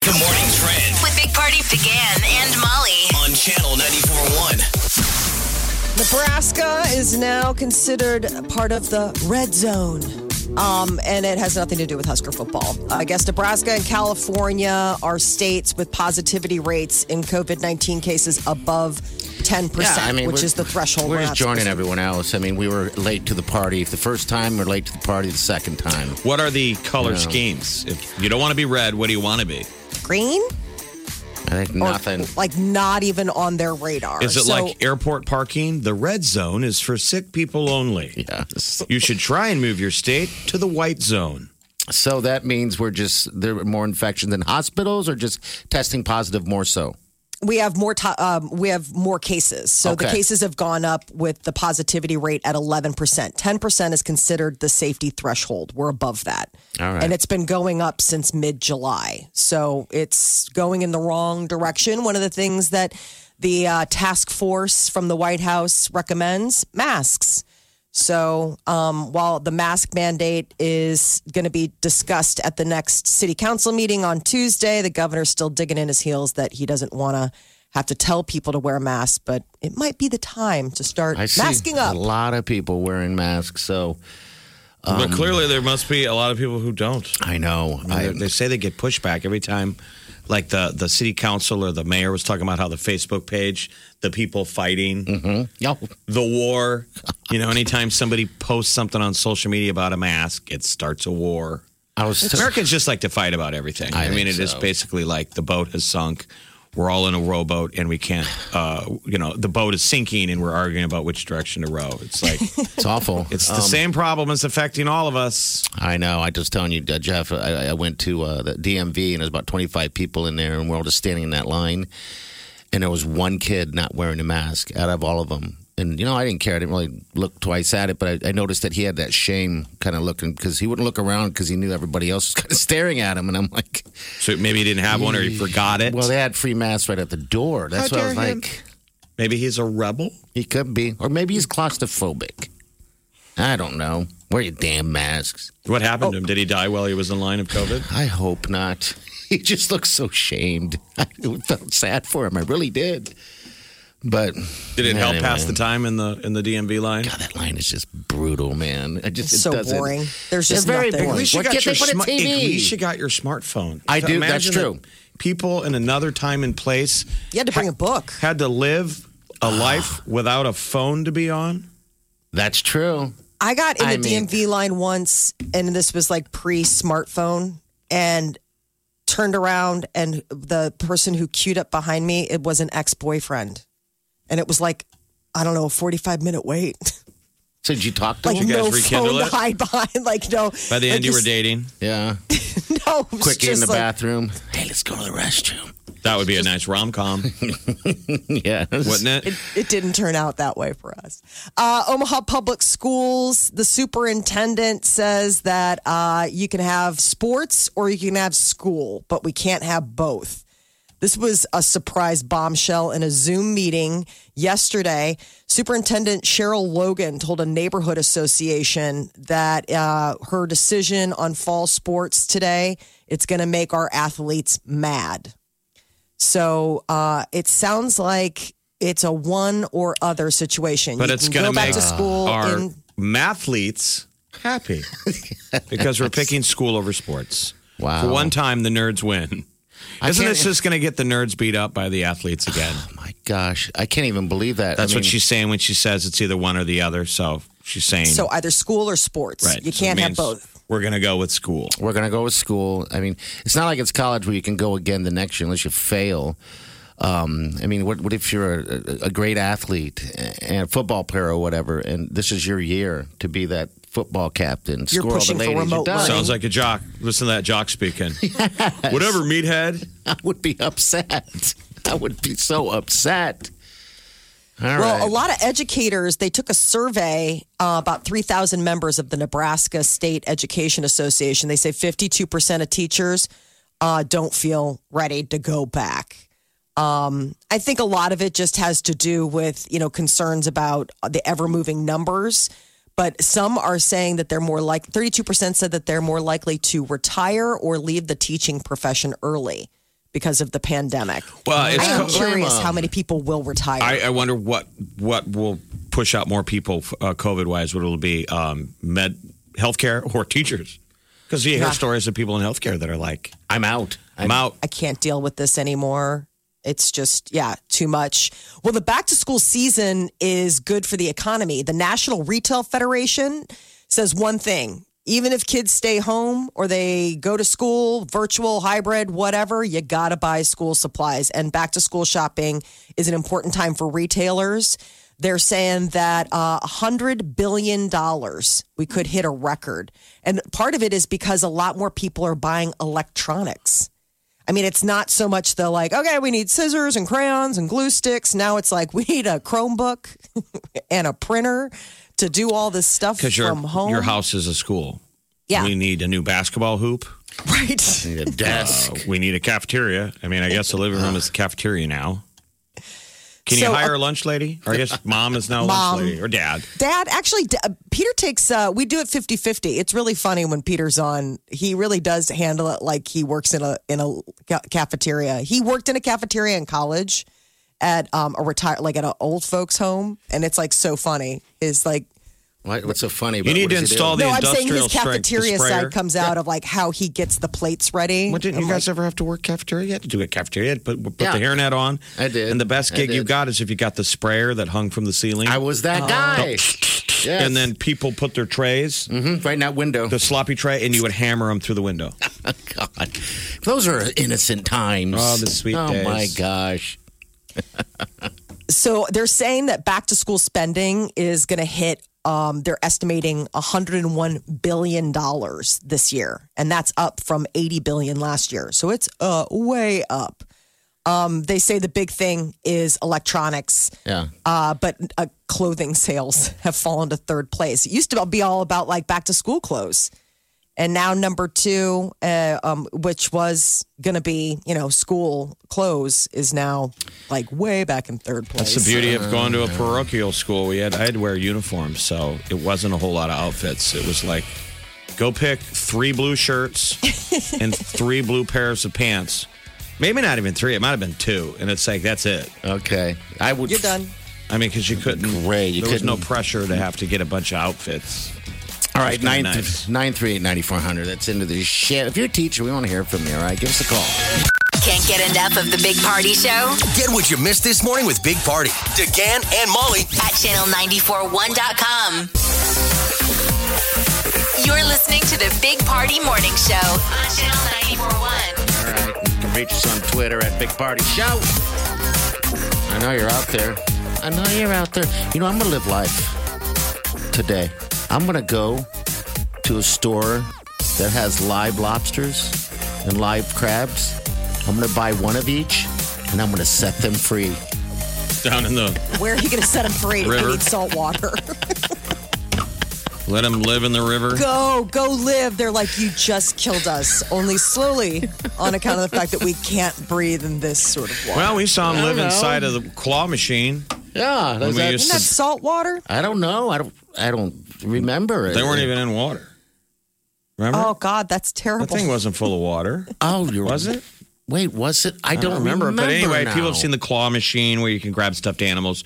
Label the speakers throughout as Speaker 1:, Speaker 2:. Speaker 1: The morning trend
Speaker 2: With Big Party began and Molly.
Speaker 1: on channel 941.
Speaker 3: Nebraska is now considered part of the red zone. Um, and it has nothing to do with Husker football. I guess Nebraska and California are states with positivity rates in COVID 19 cases above 10%, which
Speaker 4: we're-
Speaker 3: is the threshold.
Speaker 4: We're
Speaker 3: we're
Speaker 4: just
Speaker 3: at.
Speaker 4: joining everyone else. I mean, we were late to the party. If the first time, we're late to the party the second time.
Speaker 5: What are the color schemes? If you don't want to be red, what do you want to be?
Speaker 3: Green?
Speaker 4: I think
Speaker 3: Or,
Speaker 4: nothing.
Speaker 3: Like not even on their radar.
Speaker 5: Is it
Speaker 3: So-
Speaker 5: like airport parking? The red zone is for sick people only.
Speaker 4: Yeah.
Speaker 5: You should try and move your state to the white zone.
Speaker 4: So that means we're just, there are more infections in hospitals or just testing positive more so?
Speaker 3: we have more to, um, we have more cases. So the
Speaker 4: Okay.
Speaker 3: cases have gone up with the positivity rate at 11%. 10% is considered the safety threshold. We're above that.
Speaker 4: All right.
Speaker 3: And it's been going up since mid-July. So it's going in the wrong direction. One of the things that the uh, task force from the White House recommends, masks. So um, while the mask mandate is going to be discussed at the next city council meeting on Tuesday, the governor's still digging in his heels that he doesn't want to have to tell people to wear masks, but it might be the time to start
Speaker 4: I see
Speaker 3: masking up.
Speaker 4: a lot of people wearing masks. So
Speaker 5: but clearly, there must be a lot of people who don't.
Speaker 4: I know.
Speaker 5: I mean,
Speaker 4: I,
Speaker 5: they they say they get pushback every time, like the the city council or the mayor was talking about how the Facebook page, the people fighting
Speaker 4: no,
Speaker 5: the war. You know, anytime somebody posts something on social media about a mask, it starts a war.
Speaker 4: I was
Speaker 5: Americans just like to fight about everything.
Speaker 4: I
Speaker 5: I, mean, it
Speaker 4: think
Speaker 5: is
Speaker 4: so.
Speaker 5: basically like the boat has sunk. We're all in a rowboat and we can't, uh, you know, the boat is sinking and we're arguing about which direction to row. It's like,
Speaker 4: it's awful.
Speaker 5: it's the
Speaker 4: Um,
Speaker 5: same problem. It's affecting all of us.
Speaker 4: I know. I just telling you, uh, Jeff. I, I went to uh, the DMV and there's about 25 people in there, and we're all just standing in that line. And there was one kid not wearing a mask out of all of them. And you know, I didn't care. I didn't really look twice at it, but I, I noticed that he had that shame kind of looking because he wouldn't look around because he knew everybody else was kind of staring at him. And I'm like,
Speaker 5: So maybe he didn't have one or he forgot it.
Speaker 4: well, they had free masks right at the door. That's
Speaker 5: How
Speaker 4: what I was
Speaker 5: dare him.
Speaker 4: like.
Speaker 5: maybe he's a rebel.
Speaker 4: He could be, or maybe he's claustrophobic. I don't know. Wear your damn masks.
Speaker 5: What happened
Speaker 4: Oh.
Speaker 5: to him? Did he die while he was in line of COVID?
Speaker 4: I hope not. He just looked so shamed. I felt sad for him. I really did. But
Speaker 5: Did it help
Speaker 4: Anyway.
Speaker 5: pass the time in the in the DMV line?
Speaker 4: God, that line is just brutal, man. I just it
Speaker 3: It's so
Speaker 4: doesn't-
Speaker 3: boring. There's
Speaker 4: They're
Speaker 3: just
Speaker 4: very
Speaker 3: nothing.
Speaker 4: boring.
Speaker 3: At
Speaker 4: What can't they put a
Speaker 5: sma- at
Speaker 4: TV?
Speaker 5: least you got your smartphone.
Speaker 4: I do, that's
Speaker 5: Imagine
Speaker 4: true.
Speaker 5: that People in another time and place
Speaker 3: You had to bring a book.
Speaker 5: had to live a life without a phone to be on.
Speaker 4: That's true.
Speaker 3: I got in
Speaker 4: I
Speaker 3: the
Speaker 4: mean-
Speaker 3: DMV line once, and this was like pre smartphone, and turned around, and the person who queued up behind me, it was an ex boyfriend, and it was like, I don't know, a forty five minute wait,
Speaker 4: So did you talk to
Speaker 3: like
Speaker 4: him?
Speaker 5: you guys
Speaker 3: no
Speaker 5: rekindle
Speaker 3: phone to
Speaker 5: it?
Speaker 3: hide behind, like no.
Speaker 5: By the end,
Speaker 3: like
Speaker 5: you were
Speaker 3: s-
Speaker 5: dating.
Speaker 4: Yeah.
Speaker 3: No, it was
Speaker 4: Quick in
Speaker 3: just
Speaker 4: the
Speaker 3: like,
Speaker 4: bathroom. Hey, let's go to the restroom.
Speaker 5: That would be a nice rom com,
Speaker 4: yeah.
Speaker 5: wouldn't it?
Speaker 3: it, it didn't turn out that way for us. Uh, Omaha Public Schools, the superintendent says that uh, you can have sports or you can have school, but we can't have both. This was a surprise bombshell in a Zoom meeting yesterday. Superintendent Cheryl Logan told a neighborhood association that uh, her decision on fall sports today it's going to make our athletes mad. So uh, it sounds like it's a one or other situation.
Speaker 5: But
Speaker 3: You
Speaker 5: it's
Speaker 3: can
Speaker 5: going to
Speaker 3: go back
Speaker 5: make
Speaker 3: to school.
Speaker 5: our
Speaker 3: in,
Speaker 5: mathletes happy because we're picking school over sports.
Speaker 4: Wow.
Speaker 5: For one time, the nerds win.
Speaker 4: I
Speaker 5: Isn't
Speaker 4: can't-
Speaker 5: this just going to get the nerds beat up by the athletes again?
Speaker 4: My gosh. I can't even believe that.
Speaker 5: That's
Speaker 4: I
Speaker 5: what
Speaker 4: mean,
Speaker 5: she's saying when she says it's either one or the other. So she's saying,
Speaker 3: so either school or sports.
Speaker 5: right?
Speaker 3: You
Speaker 5: so it
Speaker 3: can't have
Speaker 5: means
Speaker 3: both.
Speaker 5: We're going to go with school.
Speaker 4: We're going to go with school. I mean, it's not like it's college where you can go again the next year unless you fail. Um, I mean, what, what if you're a, a great athlete and a football player or whatever, and this is your year to be that football captain.
Speaker 3: You're
Speaker 4: score all
Speaker 3: pushing
Speaker 4: the
Speaker 3: for
Speaker 4: ladies. You're
Speaker 3: remote
Speaker 4: done.
Speaker 3: learning.
Speaker 5: Sounds like a jock. Listen to that jock speaking. Whatever, meathead.
Speaker 4: I would be upset. I would be so upset. All right.
Speaker 3: Well, a lot of educators they took a survey uh, about three thousand members of the Nebraska State Education Association. They say fifty-two percent of teachers uh, don't feel ready to go back. Um, I think a lot of it just has to do with you know concerns about the ever-moving numbers. But some are saying that they're more like thirty-two percent said that they're more likely to retire or leave the teaching profession early because of the pandemic.
Speaker 5: Well, it's
Speaker 3: I am
Speaker 5: co-
Speaker 3: curious how many people will retire.
Speaker 5: I, I wonder what what will push out more people uh, COVID wise. What it'll be um, med healthcare or teachers? Because you hear
Speaker 3: Yeah.
Speaker 5: stories of people in healthcare that are like,
Speaker 4: I'm out.
Speaker 5: "I'm out."
Speaker 3: I can't deal with this anymore. It's just, yeah, too much. Well, the back to school season is good for the economy. The National Retail Federation says one thing even if kids stay home or they go to school, virtual, hybrid, whatever, you got to buy school supplies. And back to school shopping is an important time for retailers. They're saying that uh, $100 billion, we could hit a record. And part of it is because a lot more people are buying electronics. I mean, it's not so much the like, okay, we need scissors and crayons and glue sticks. Now it's like we need a Chromebook and a printer to do all this stuff
Speaker 5: Because your
Speaker 3: from home.
Speaker 5: your house is a school.
Speaker 3: Yeah.
Speaker 5: we need a new basketball hoop.
Speaker 3: right?
Speaker 4: Need a desk.
Speaker 5: Uh, We need a cafeteria. I mean, I guess the living room is the cafeteria now. Can you
Speaker 3: So,
Speaker 4: uh,
Speaker 5: hire a lunch lady? Or I guess mom is now a
Speaker 3: Mom.
Speaker 5: lunch lady or dad.
Speaker 3: Dad, actually, D- uh, Peter takes, uh, we do it 50 50. It's really funny when Peter's on. He really does handle it like he works in a, in a ca- cafeteria. He worked in a cafeteria in college at um, a retire, like at an old folks home. And it's like so funny is like,
Speaker 4: Why- What's so funny about
Speaker 5: You need
Speaker 4: what
Speaker 5: to
Speaker 4: does he
Speaker 5: install
Speaker 4: do?
Speaker 3: no,
Speaker 5: the
Speaker 3: I'm saying
Speaker 5: industrial
Speaker 3: his
Speaker 5: strength, the
Speaker 3: cafeteria
Speaker 5: sprayer.
Speaker 3: side comes out of like how he gets the plates ready.
Speaker 5: Well, didn't
Speaker 3: I'm
Speaker 5: you
Speaker 3: like,
Speaker 5: guys ever have to work cafeteria? You had to do a cafeteria. You had to Put, put the
Speaker 4: Yeah.
Speaker 5: hairnet on.
Speaker 4: I did.
Speaker 5: And the best
Speaker 4: I
Speaker 5: gig you
Speaker 4: did.
Speaker 5: got is if you got the sprayer that hung from the ceiling.
Speaker 4: I was
Speaker 3: Oh.
Speaker 4: that guy. Yes.
Speaker 5: And then people put their trays,
Speaker 4: Mhm, right in that window.
Speaker 5: the sloppy tray, and you would hammer them through the window.
Speaker 4: God, those are innocent times.
Speaker 5: Oh, the sweet
Speaker 4: Oh my
Speaker 5: days.
Speaker 4: gosh.
Speaker 3: So they're saying that back to school spending is going to hit. Um, they're estimating 101 billion dollars this year, and that's up from 80 billion last year. So it's uh, way up. Um, they say the big thing is electronics,
Speaker 4: Yeah.
Speaker 3: uh, but uh, clothing sales have fallen to third place. It used to be all about like back to school clothes, and now number two, uh, um, which was going to be you know school clothes, is now like way back in third place.
Speaker 5: That's the beauty of going to a parochial school. We had I had to wear uniforms, so it wasn't a whole lot of outfits. It was like go pick three blue shirts and three blue pairs of pants. Maybe not even three. It might have been two. And it's like that's it.
Speaker 4: Okay. I would.
Speaker 3: You're done.
Speaker 5: I mean, because you couldn't.
Speaker 4: Great, you
Speaker 5: there was no
Speaker 4: couldn't-
Speaker 5: pressure to have to get a bunch of outfits.
Speaker 4: All right.
Speaker 5: That's
Speaker 4: Nine
Speaker 5: kinda nice.
Speaker 4: nine three eight ninety four hundred. That's into the shit. If you're a teacher, we want to hear from you. All right. Give us a call.
Speaker 2: Can't get enough of the Big Party Show
Speaker 1: Get what you missed this morning with Big Party. DeGan and Molly.
Speaker 2: at channel941.com. You're listening to the Big Party Morning Show on Channel 941.
Speaker 4: All right. You can reach us on Twitter at Big Party Show. I know you're out there. I know you're out there. You know, I'm going to live life today. I'm going to go to a store that has live lobsters and live crabs. I'm going to buy one of each and I'm going to set them free.
Speaker 5: Down in the
Speaker 3: Where are you going to set them free?
Speaker 5: River.
Speaker 3: I need salt water.
Speaker 5: let them live in the river.
Speaker 3: go, go live. They're like, you just killed us, only slowly on account of the fact that we can't breathe in this sort of water.
Speaker 5: Well, we saw them live
Speaker 4: know.
Speaker 5: inside of the claw machine.
Speaker 4: Yeah.
Speaker 5: When
Speaker 4: does
Speaker 5: we
Speaker 4: that-
Speaker 5: used
Speaker 3: Isn't that salt water?
Speaker 4: I don't know. I don't. I don't remember it.
Speaker 5: They weren't even in water. Remember?
Speaker 3: Oh, God, that's terrible.
Speaker 5: That thing wasn't full of water.
Speaker 4: Oh, you're,
Speaker 5: Was it?
Speaker 4: Wait, was it? I don't,
Speaker 5: I don't remember. But anyway, people have
Speaker 4: now.
Speaker 5: seen the claw machine where you can grab stuffed animals.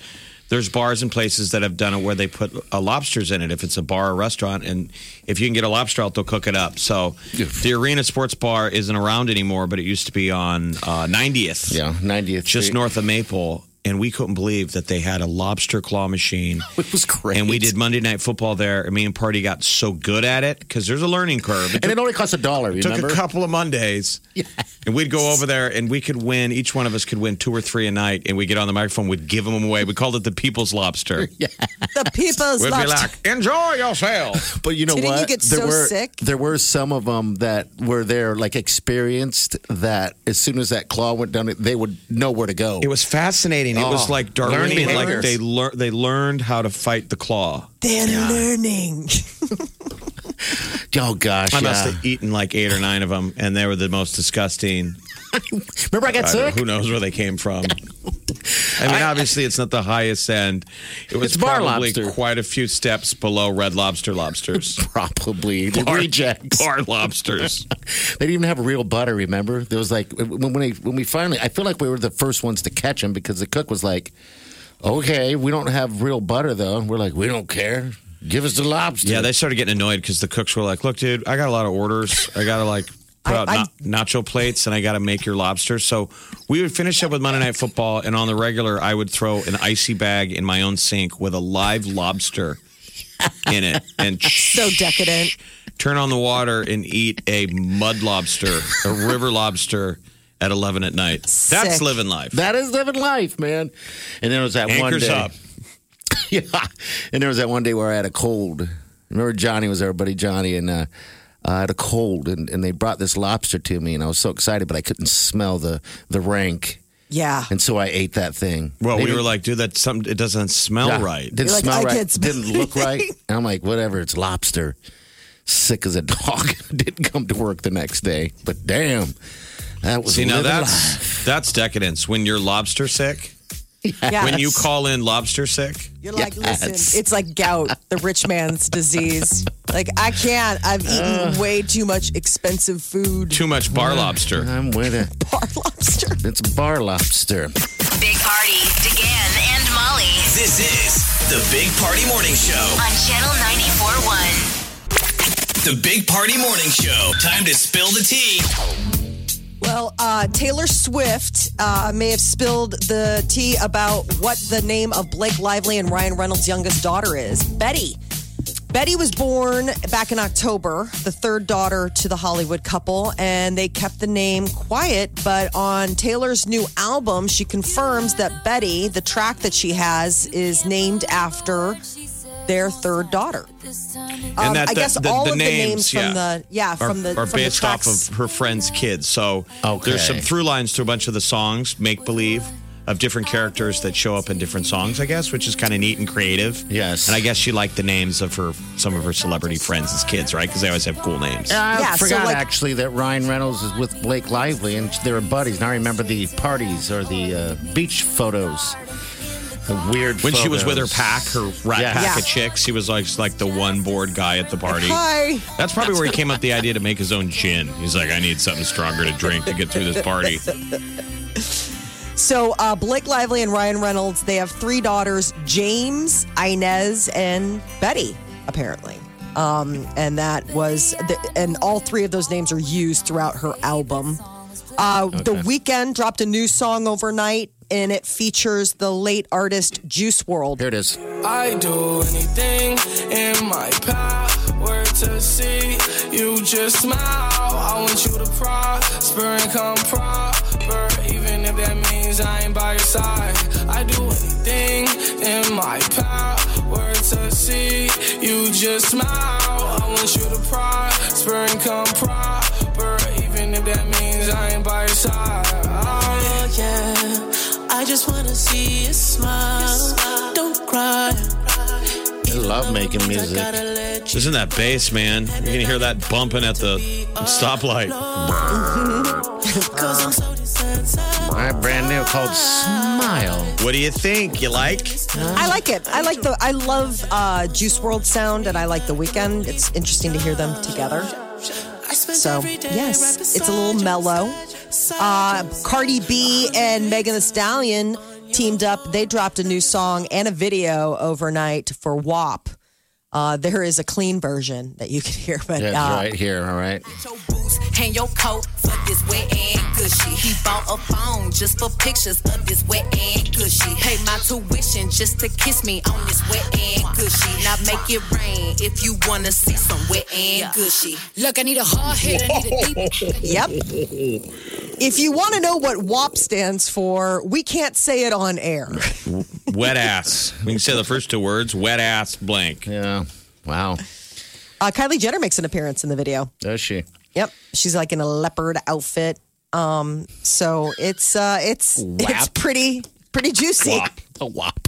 Speaker 5: There's bars and places that have done it where they put uh, lobsters in it if it's a bar or restaurant. And if you can get a lobster out, they'll cook it up. So the Arena Sports Bar isn't around anymore, but it used to be on uh, 90th,
Speaker 4: Yeah, 90th.
Speaker 5: just
Speaker 4: Street.
Speaker 5: north of Maple. and we couldn't believe that they had a lobster claw machine.
Speaker 4: It was great.
Speaker 5: And we did Monday Night Football there. And me and Party got so good at it because there's a learning curve. It
Speaker 4: And it only costs a dollar,
Speaker 5: took
Speaker 4: remember?
Speaker 5: a couple of Mondays. And we'd go over there and we could win, each one of us could win two or three a night. And we'd get on the microphone, we'd give them away. We called it the People's Lobster.
Speaker 3: The people's
Speaker 5: We'd be
Speaker 3: lobster.
Speaker 5: like, enjoy yourself.
Speaker 4: But you know
Speaker 3: Didn't you
Speaker 4: what?
Speaker 3: get so
Speaker 4: were,
Speaker 3: sick?
Speaker 4: There were some of them that were there, like experienced that as soon as that claw went down, they would know where to go.
Speaker 5: It was fascinating. It was
Speaker 4: Oh,
Speaker 5: like
Speaker 4: learning
Speaker 5: Darwinian. Like
Speaker 4: behaviors.
Speaker 5: they, lear- they learned how to fight the claw.
Speaker 3: They're learning.
Speaker 4: oh gosh,
Speaker 5: I
Speaker 4: yeah.
Speaker 5: must have eaten like eight or nine of them, and they were the most disgusting.
Speaker 4: remember I got
Speaker 5: I don't-
Speaker 4: sick.
Speaker 5: who knows where they came from? I mean, obviously, it's not the highest end. It was
Speaker 4: It's bar
Speaker 5: probably
Speaker 4: lobster.
Speaker 5: quite a few steps below red lobster lobsters.
Speaker 4: Probably The
Speaker 5: Bar-
Speaker 4: rejects.
Speaker 5: Bar lobsters.
Speaker 4: They didn't even have real butter. Remember, there was like when when, they, when we finally, I feel like we were the first ones to catch them because the cook was like, "Okay, we don't have real butter though." And we're like, "We don't care. Give us the lobster."
Speaker 5: yeah, they started getting annoyed because the cooks were like, "Look, dude, I got a lot of orders. I gotta like." Put out
Speaker 3: I-
Speaker 5: na- nacho plates, and I got to make your lobster. So we would finish up with Monday Night Football, and on the regular, I would throw an icy bag in my own sink with a live lobster in it, and
Speaker 3: so decadent.
Speaker 5: turn on the water and eat a mud lobster, a river lobster at 11 at night. That's
Speaker 3: Sick.
Speaker 5: living life.
Speaker 4: that is living life, man. And then it was that one
Speaker 5: Anchors
Speaker 4: day.
Speaker 5: up.
Speaker 4: yeah. And there was that one day where I had a cold. Remember Johnny was our buddy Johnny, and uh, I had a cold, and, and they brought this lobster to me, and I was so excited, but I couldn't smell the the rank,
Speaker 3: Yeah.
Speaker 4: and so I ate that thing.
Speaker 5: Well,
Speaker 4: They
Speaker 5: we were
Speaker 4: didn't-
Speaker 5: like, dude, that's something, it doesn't smell
Speaker 4: yeah,
Speaker 5: right.
Speaker 4: Didn't
Speaker 3: You're like,
Speaker 4: smell
Speaker 3: I
Speaker 4: right.
Speaker 3: can't smell
Speaker 4: didn't look right. And I'm like, whatever. It's lobster. Sick as a dog. didn't come to work the next day, but damn, that was
Speaker 5: See, now
Speaker 4: living
Speaker 5: that's, that's decadence. When you're lobster sick,
Speaker 3: yeah.
Speaker 5: when you call in lobster sick,
Speaker 3: You're like,
Speaker 4: Yes.
Speaker 3: listen, it's like gout, the rich man's disease. Like, I can't. I've eaten way too much expensive food.
Speaker 5: too much
Speaker 3: Mm.
Speaker 5: bar
Speaker 3: Uh-huh.
Speaker 5: lobster.
Speaker 4: I'm with it.
Speaker 3: Bar lobster.
Speaker 4: It's bar lobster.
Speaker 2: Big Party, DeGan and Molly
Speaker 1: This is the Big Party Morning Show.
Speaker 2: on Channel 94.1.
Speaker 1: The Big Party Morning Show. Time to spill the tea.
Speaker 3: Well, uh, Taylor Swift uh, may have spilled the tea about what the name of Blake Lively and Ryan Reynolds' youngest daughter is Betty. Betty was born back in October, the third daughter to the Hollywood couple, and they kept the name quiet. But on Taylor's new album, she confirms that Betty, the track that she has, is named after their third daughter. Um, I guess all of the names from the- yeah,
Speaker 5: are,
Speaker 3: from the-
Speaker 5: are
Speaker 3: from the
Speaker 5: based off
Speaker 3: tracks.
Speaker 5: of her friend's kids. So
Speaker 4: Okay.
Speaker 5: there's some through lines to a bunch of the songs, make believe, of different characters that show up in different songs. I guess, which is kind of neat and creative.
Speaker 4: Yes.
Speaker 5: and I guess she liked the names of her some of her celebrity friends as kids, right? Because they always have cool names.
Speaker 4: Uh, I
Speaker 3: Yeah, so,
Speaker 4: forgot
Speaker 3: like-
Speaker 4: actually that Ryan Reynolds is with Blake Lively and they were buddies. And I remember the parties or the uh, beach photos. The weird
Speaker 5: When she was with her
Speaker 4: photos.
Speaker 5: pack, her rat
Speaker 4: Yeah.
Speaker 5: pack
Speaker 3: Yeah.
Speaker 5: of chicks, he was like, like the one bored guy at the party.
Speaker 3: Hi.
Speaker 5: That's probably where he came up with the idea to make his own gin. He's like, I need something stronger to drink to get through this party.
Speaker 3: So uh, Blake Lively and Ryan Reynolds, they have three daughters: James, Inez, and Betty. Apparently, um, and that was, the, and all three of those names are used throughout her album. Uh, The Weeknd dropped a new song overnight, and it features the late artist Juice World.
Speaker 4: Here it is.
Speaker 6: I do anything in my power to see you just smile. I want you to prosper and come proper, even if that means I ain't by your side. I do anything in my power to see you just smile. I want you to prosper and come proper, even if that means I ain't by your side.
Speaker 7: Oh yeah, I just wanna see you smile. Don't cry.
Speaker 4: I love making music.
Speaker 7: Gotta let you
Speaker 5: Isn't that bass, man? You're gonna hear that bumping at the stoplight.
Speaker 7: cause I'm so desensitized.
Speaker 4: My brand new called Smile.
Speaker 5: What do you think? You like?
Speaker 3: I like it. I like the. I love uh, Juice World sound, and I like The Weeknd. It's interesting to hear them together.
Speaker 7: I spend
Speaker 3: So
Speaker 7: every day
Speaker 3: yes,
Speaker 7: right
Speaker 3: it's a little mellow. Uh, Cardi B and Megan The Stallion teamed up. They dropped a new song and a video overnight for WAP. Uh, there is a clean version that you can hear, but
Speaker 4: Yeah, it's
Speaker 3: uh,
Speaker 4: right here. All right.
Speaker 8: Your boots, hang your coat for this wet and gushy. He bought a phone just for pictures of this wet and gushy. Pay my tuition just to kiss me on this wet and gushy. Now make it rain if you wanna see some wet and gushy. Look, I need a hard hit, I need a deep
Speaker 3: Yep. If you want to know what WAP stands for, we can't say it on air.
Speaker 5: Wet ass. We can say the first two words. Wet ass blank.
Speaker 4: Yeah. Wow.
Speaker 3: Uh, Kylie Jenner makes an appearance in the video.
Speaker 4: Does she?
Speaker 3: Yep, she's like in a leopard outfit. Um, so it's uh, it's it's
Speaker 4: Wap.
Speaker 3: pretty pretty juicy.
Speaker 4: Wop. A wop.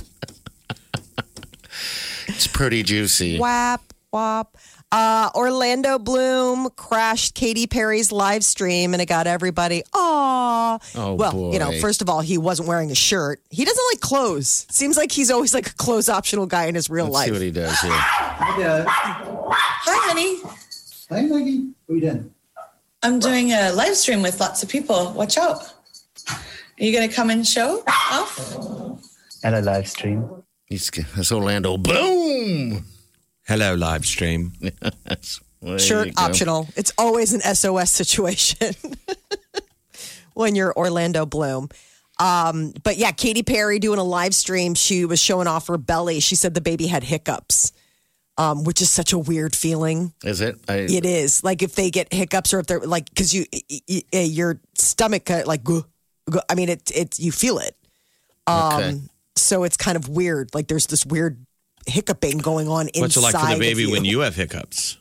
Speaker 4: it's pretty juicy.
Speaker 3: Wap wap. Uh, Orlando Bloom crashed Katy Perry's live stream and it got everybody. Aw.
Speaker 4: Oh,
Speaker 3: well, you know,
Speaker 4: boy.
Speaker 3: first of all, he wasn't wearing a shirt. He doesn't like clothes. Seems like he's always like a clothes optional guy in his real
Speaker 4: Let's
Speaker 3: life.
Speaker 4: see what he does here.
Speaker 9: Hi, honey.
Speaker 10: Hey, Maggie. What are you doing?
Speaker 9: I'm doing a live stream with lots of people. Watch out. Are you going to come and show off?
Speaker 10: Hello, live stream.
Speaker 4: He's that's Orlando. Boom.
Speaker 5: Hello, live stream.
Speaker 4: There you
Speaker 3: shirt
Speaker 4: go.
Speaker 3: optional. It's always an SOS situation when you're Orlando Bloom. Um, but yeah, Katy Perry doing a live stream. She was showing off her belly. She said the baby had hiccups, um, which is such a weird feeling.
Speaker 4: Is it? I,
Speaker 3: It is like if they get hiccups or if they're like because you y- y- y- your stomach uh, like go, go, I mean it it you feel it.
Speaker 4: okay.
Speaker 3: um, So it's kind of weird. Like there's this weird hiccuping going on inside.
Speaker 5: What's it like for the
Speaker 3: of
Speaker 5: baby
Speaker 3: you.
Speaker 5: when you have hiccups?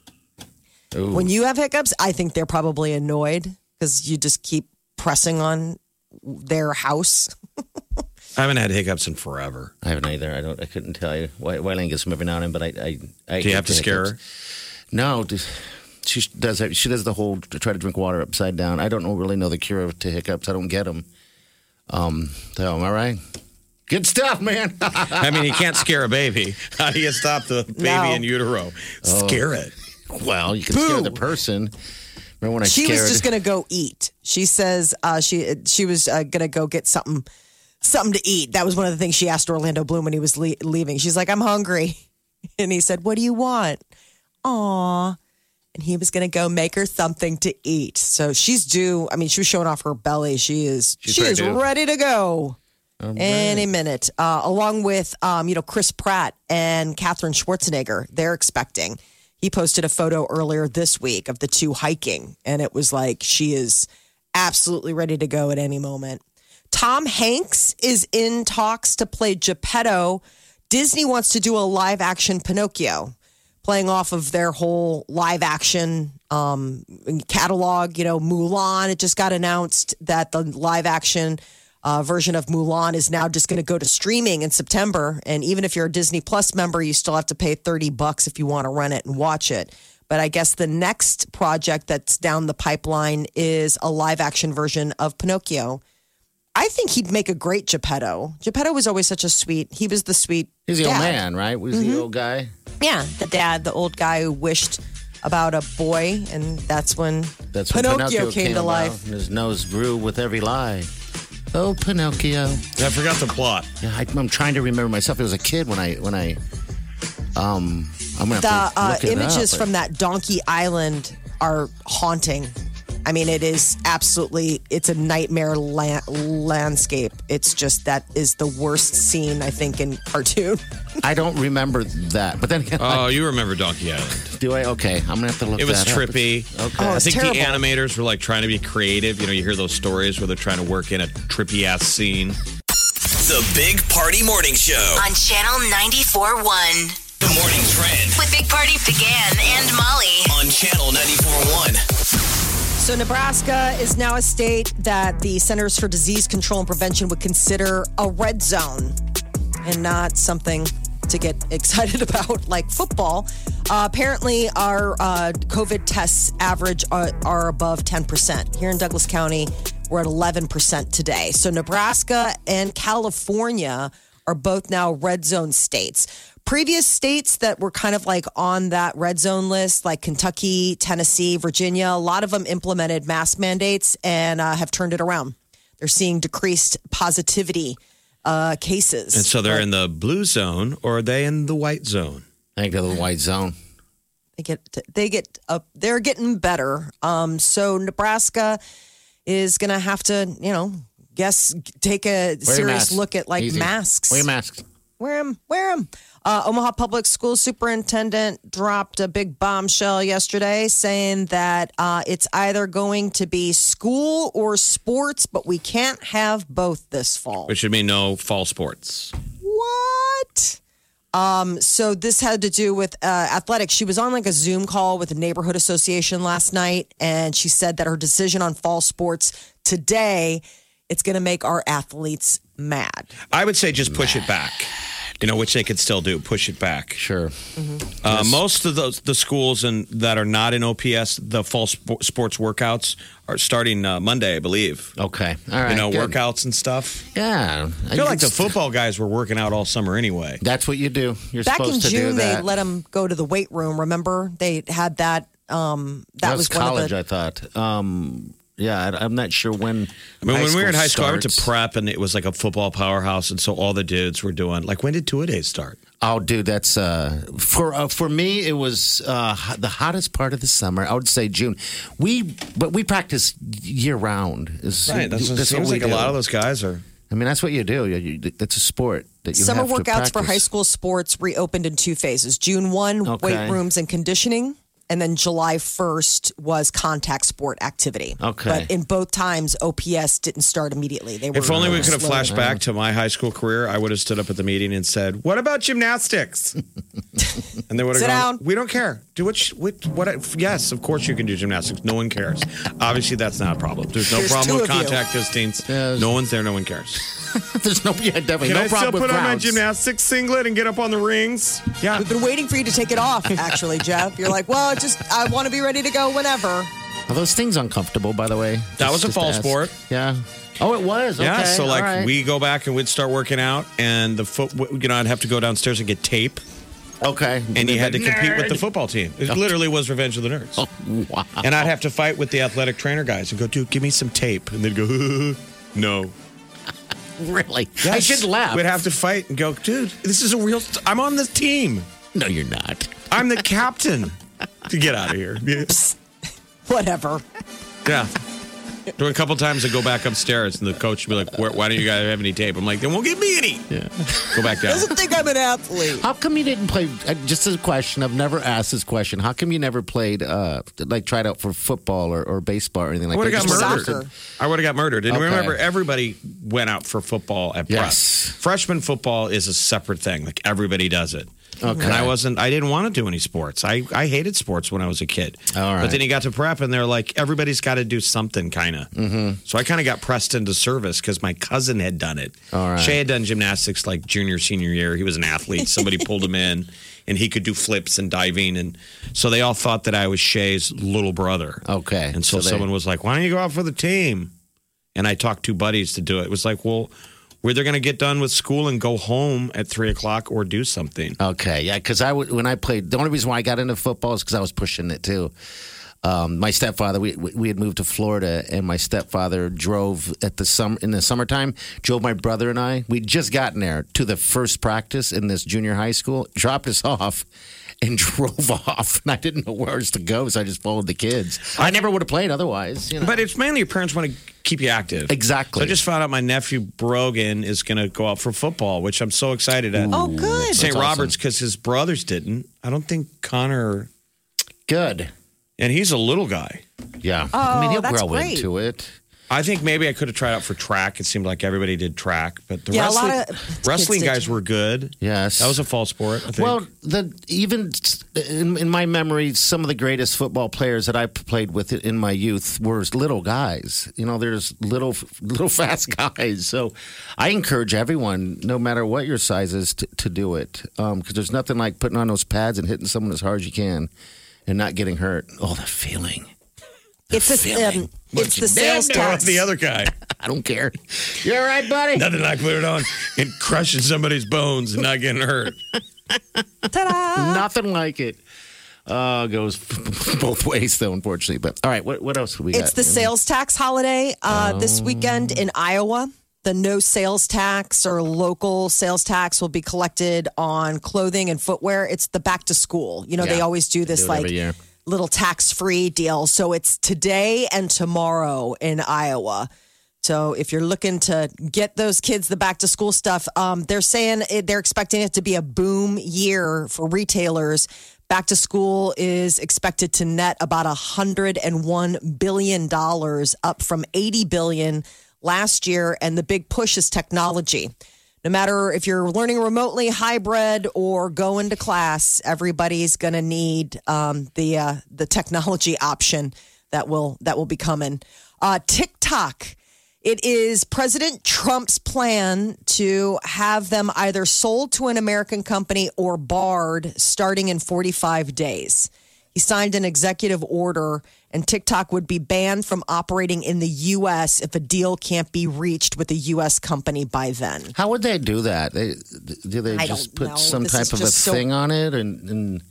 Speaker 3: When you have hiccups, I think they're probably annoyed because you just keep pressing on their house.
Speaker 5: I haven't had hiccups in forever.
Speaker 4: I haven't either. I don't. I couldn't tell you. Why? Why gets them every now and then? But I. I, I
Speaker 5: Do you have to scare her?
Speaker 4: No. just- She does. that- She does the whole to try to drink water upside down. I don't know, really know the cure to hiccups. I don't get them. Um. So am I right? Good stuff, man.
Speaker 5: I mean, you can't scare a baby. How do you stop the baby
Speaker 3: No.
Speaker 5: in utero? Scare it.
Speaker 4: well, you can scare the person. Remember when I
Speaker 3: She
Speaker 4: scared?
Speaker 3: was just gonna go eat. She says uh, she she was uh, gonna go get something something to eat. That was one of the things she asked Orlando Bloom when he was le- leaving. She's like, "I'm hungry," and he said, "What do you want?" Aw. And he was gonna go make her something to eat. So she's due. I mean, she was showing off her belly. She is. she
Speaker 4: ready
Speaker 3: is
Speaker 4: to.
Speaker 3: ready to go. Any minute, uh, along with um, you know Chris Pratt and Katherine Schwarzenegger, they're expecting. He posted a photo earlier this week of the two hiking, and it was like she is absolutely ready to go at any moment. Tom Hanks is in talks to play Geppetto. Disney wants to do a live action Pinocchio, playing off of their whole live action um, catalog. You know, Mulan. It just got announced that the live action uh, version of Mulan is now just going to go to streaming in September. And even if you're a Disney Plus member, you still have to pay 30 bucks if you want to rent it and watch it. But I guess the next project that's down the pipeline is a live action version of Pinocchio. I think he'd make a great Geppetto. Geppetto was always such a sweet. He was the sweet.
Speaker 4: He's the
Speaker 3: dad. Mm-hmm.
Speaker 4: old man, right? Was the old guy?
Speaker 3: Yeah, the dad, the old guy who wished about a boy, and that's when
Speaker 4: That's when
Speaker 3: Pinocchio,
Speaker 4: Pinocchio
Speaker 3: came, to
Speaker 4: about,
Speaker 3: life.
Speaker 4: and his nose grew with every lie. Oh, Pinocchio.
Speaker 5: I forgot the plot.
Speaker 4: Yeah, I, I'm trying to remember myself. It was a kid when I when I um I'm gonna have
Speaker 3: The
Speaker 4: to
Speaker 3: uh,
Speaker 4: look it
Speaker 3: images
Speaker 4: up.
Speaker 3: from that Donkey Island are haunting. I mean, it is absolutely. It's a nightmare la- landscape. It's just that is the worst scene I think in cartoon.
Speaker 4: I don't remember that, but then again,
Speaker 5: Oh, you remember Donkey Island?
Speaker 4: do I? Okay, I'm gonna have to look.
Speaker 5: Oh. It was
Speaker 4: that up.
Speaker 5: trippy.
Speaker 4: Okay.
Speaker 3: Oh,
Speaker 5: I
Speaker 3: it's
Speaker 5: think the
Speaker 3: terrible.
Speaker 5: animators were like trying to be creative. You know, you hear those stories where they're trying to work in a trippy ass scene.
Speaker 1: The Big Party Morning Show.
Speaker 2: On Channel 94.1.
Speaker 1: The Morning Trend
Speaker 2: With Big Party began and Molly.
Speaker 1: on Channel 94.1.
Speaker 3: So, Nebraska is now a state that the Centers for Disease Control and Prevention would consider a red zone and not something to get excited about like football. Uh, apparently, our uh, COVID tests average are, are above 10%. Here in Douglas County, we're at 11% today. So, Nebraska and California are both now red zone states. Previous states that were kind of like on that red zone list, like Kentucky, Tennessee, Virginia, a lot of them implemented mask mandates and uh, have turned it around. They're seeing decreased positivity uh, cases. Oh.
Speaker 5: And so they're in the blue zone or are they in the white zone?
Speaker 4: I think they're the white zone.
Speaker 3: They get they get up. They're getting better. Um, so Nebraska is going to have to, you know, guess take a
Speaker 4: Wear your
Speaker 3: serious
Speaker 4: mask.
Speaker 3: look at like
Speaker 4: Easy.
Speaker 3: masks.
Speaker 4: Wear your masks.
Speaker 3: Wear them. Wear them. Uh, Omaha Public School Superintendent dropped a big bombshell yesterday saying that uh, it's either going to be school or sports, but we can't have both this fall.
Speaker 5: Which would mean no fall sports.
Speaker 3: What? Um, so this had to do with uh, athletics. She was on like a Zoom call with the neighborhood association last night, and she said that her decision on fall sports today, it's going to make our athletes mad.
Speaker 5: I would say just push it back. You know, which they could still do. Push it back.
Speaker 4: Sure.
Speaker 5: Uh, Most of those the schools and that are not in OPS, the fall sp- sports workouts are starting uh, Monday, I believe.
Speaker 4: Okay. All right.
Speaker 5: you know,
Speaker 4: good.
Speaker 5: workouts and stuff.
Speaker 4: Yeah.
Speaker 5: I feel like the football guys were working out all summer anyway.
Speaker 4: That's what you do. You're
Speaker 3: Back in
Speaker 4: supposed to do
Speaker 3: June,
Speaker 4: that.
Speaker 3: they let them go to the weight room. Remember, they had that. Um, that,
Speaker 4: that was,
Speaker 3: one
Speaker 4: college,
Speaker 3: Of
Speaker 4: I thought. Um, yeah, I, I'm not sure when.
Speaker 5: I mean, when we were in high school, I went
Speaker 4: starts.
Speaker 5: to prep, and it was like a football powerhouse, and so all the dudes were doing like, when did two a days start?
Speaker 4: Oh, dude, that's uh, for uh, for me. It was uh, ho- the hottest part of the summer. I would say June. We but we practice year round. Is
Speaker 5: that's what it
Speaker 4: that's what
Speaker 5: seems
Speaker 4: we
Speaker 5: like. A lot
Speaker 4: do.
Speaker 5: of those guys are.
Speaker 4: I mean, that's what you do. You, you, that's a sport that
Speaker 3: the
Speaker 4: you
Speaker 3: summer
Speaker 4: have to
Speaker 3: workouts for
Speaker 4: practice.
Speaker 3: high school sports reopened in two phases: June one,
Speaker 4: Okay.
Speaker 3: weight rooms and conditioning, and then July first was contact sport activity.
Speaker 4: Okay.
Speaker 3: but in both times, OPS didn't start immediately. They were
Speaker 5: If only we could have
Speaker 3: slowly-
Speaker 5: flashed back to my high school career, I would have stood up at the meeting and said, "What about gymnastics?" and they would have
Speaker 3: Sit down.
Speaker 5: gone, "We don't care. Do what? You, what, what? Yes, of course you can do gymnastics. No one cares. Obviously, that's not a problem. There's no
Speaker 3: There's
Speaker 5: problem
Speaker 3: two
Speaker 5: with
Speaker 3: of you.
Speaker 5: contact distance. No one's there. No one cares.
Speaker 4: There's no, yeah, definitely
Speaker 5: can
Speaker 4: no
Speaker 5: I still
Speaker 4: problem
Speaker 5: put
Speaker 4: with
Speaker 5: on my
Speaker 4: rounds.
Speaker 5: gymnastics singlet and get up on the rings? Yeah.
Speaker 3: We've been waiting for you to take it off, actually, Jeff. You're like, well, just I want to be ready to go whenever.
Speaker 4: Are those things uncomfortable? By the way,
Speaker 5: That was
Speaker 4: Just-
Speaker 5: a
Speaker 4: just
Speaker 5: fall
Speaker 4: to ask.
Speaker 5: sport.
Speaker 4: Yeah. Oh, it was.
Speaker 5: Yeah,
Speaker 4: Okay,
Speaker 5: so like
Speaker 4: all right.
Speaker 5: we go back and we'd start working out, and the foot, you know, I'd have to go downstairs and get tape,
Speaker 4: Okay.
Speaker 5: and you had to compete with the
Speaker 4: Nerd.
Speaker 5: football team. It literally was Revenge of the Nerds.
Speaker 4: Oh, Wow.
Speaker 5: And I'd have to fight with the athletic trainer guys and go, dude, give me some tape. And they'd go, no.
Speaker 4: really? I
Speaker 5: Yes.
Speaker 4: should laugh.
Speaker 5: We'd have to fight and go, dude, this is a real, I'm on the team.
Speaker 4: No, you're not.
Speaker 5: I'm the captain. to get out of here. Yeah.
Speaker 3: Whatever.
Speaker 5: yeah. There were a couple times I'd go back upstairs and the coach would be like, "Where- why don't you guys have any tape? I'm like, they won't give me any.
Speaker 4: Yeah.
Speaker 5: Go back down.
Speaker 3: Doesn't think I'm an athlete.
Speaker 4: How come you didn't play? uh, Just as a question, I've never asked this question. How come you never played, uh, like tried out for football or, or baseball or anything
Speaker 5: I
Speaker 4: like
Speaker 5: would
Speaker 4: that?
Speaker 5: have got
Speaker 4: Just
Speaker 5: murdered.
Speaker 4: soccer.
Speaker 5: I would have got murdered. And
Speaker 4: Okay.
Speaker 5: remember, everybody went out for football at prep.
Speaker 4: Yes.
Speaker 5: Freshman football is a separate thing. Like everybody does it.
Speaker 4: Okay.
Speaker 5: And I wasn't. I didn't want to do any sports. I I hated sports when I was a kid.
Speaker 4: All right.
Speaker 5: But then you got to prep, and they're like, everybody's got to do something, kind of. Mm-hmm. So I kind of got pressed into service because my cousin had done it.
Speaker 4: All right.
Speaker 5: Shay had done gymnastics like junior senior year. He was an athlete. Somebody pulled him in, and he could do flips and diving, and so they all thought that I was Shay's little brother.
Speaker 4: Okay.
Speaker 5: And so,
Speaker 4: So they-
Speaker 5: someone was like, "Why don't you go out for the team?" And I talked two buddies to do it. It was like, well, we're either going to get done with school and go home at three o'clock or do something.
Speaker 4: Okay, yeah, because I would when I played. The only reason why I got into football is because I was pushing it too. Um, my stepfather, we we had moved to Florida, and my stepfather drove at the summer in the summertime. Drove my brother and I. We'd just gotten there to the first practice in this junior high school. Dropped us off. And drove off, and I didn't know where else to go, so I just followed the kids. I never would have played otherwise. You know?
Speaker 5: But it's mainly your parents want to keep you active.
Speaker 4: Exactly.
Speaker 5: So I just found out my nephew Brogan is going to go out for football, which I'm so excited at.
Speaker 3: Oh, good.
Speaker 5: St.
Speaker 4: That's awesome.
Speaker 5: Roberts because his brothers didn't. I don't think Connor,
Speaker 4: Good,
Speaker 5: and he's a little guy.
Speaker 4: yeah. I mean,
Speaker 3: Oh,
Speaker 4: he'll
Speaker 3: that's
Speaker 4: grow
Speaker 3: great.
Speaker 4: into it.
Speaker 5: I think maybe I could have tried out for track. It seemed like everybody did track, but the
Speaker 3: Yeah, a
Speaker 5: wrestling,
Speaker 3: lot of kids
Speaker 5: wrestling
Speaker 3: did.
Speaker 5: guys were good.
Speaker 4: Yes,
Speaker 5: That was a fall sport. I think.
Speaker 4: Well, the even in, in my memory, some of the greatest football players that I played with in my youth were little guys. You know, there's little, little fast guys. So, I encourage everyone, no matter what your size is, to, to do it because there's nothing like putting on those pads and hitting someone as hard as you can and not getting hurt. Oh, the feeling!
Speaker 3: It's the um, it's the sales
Speaker 5: Or
Speaker 3: tax.
Speaker 5: the other guy.
Speaker 4: I don't care. You're all right, buddy.
Speaker 5: Nothing like putting it on and crushing somebody's bones and not getting hurt.
Speaker 3: Ta-da!
Speaker 4: Nothing like it. Uh, goes both ways though, unfortunately. But all right, what what else do we got? Oh.
Speaker 3: It's the sales tax holiday uh, this weekend in Iowa. the no sales tax or local sales tax will be collected on clothing and footwear. It's the back to school. You know, they
Speaker 4: Yeah.
Speaker 3: always do
Speaker 4: They
Speaker 3: this
Speaker 4: do it
Speaker 3: like
Speaker 4: every year.
Speaker 3: little tax free deal. So it's today and tomorrow in Iowa. So if you're looking to get those kids the back to school stuff, um, they're saying it, they're expecting it to be a boom year for retailers. Back to school is expected to net about 101 billion dollars, up from 80 billion last year, and the big push is technology. No matter if you're learning remotely, hybrid, or going to class, everybody's going to need um, the uh, the technology option that will that will be coming. Uh, TikTok. It is President Trump's plan to have them either sold to an American company or barred starting in 45 days. He signed an executive order, and TikTok would be banned from operating in the U.S. if a deal can't be reached with a U.S. company by then.
Speaker 4: How would they do that? They, do they
Speaker 3: I
Speaker 4: just
Speaker 3: don't
Speaker 4: put
Speaker 3: know.
Speaker 4: some
Speaker 3: This is
Speaker 4: type of a
Speaker 3: just so-
Speaker 4: thing on it and, and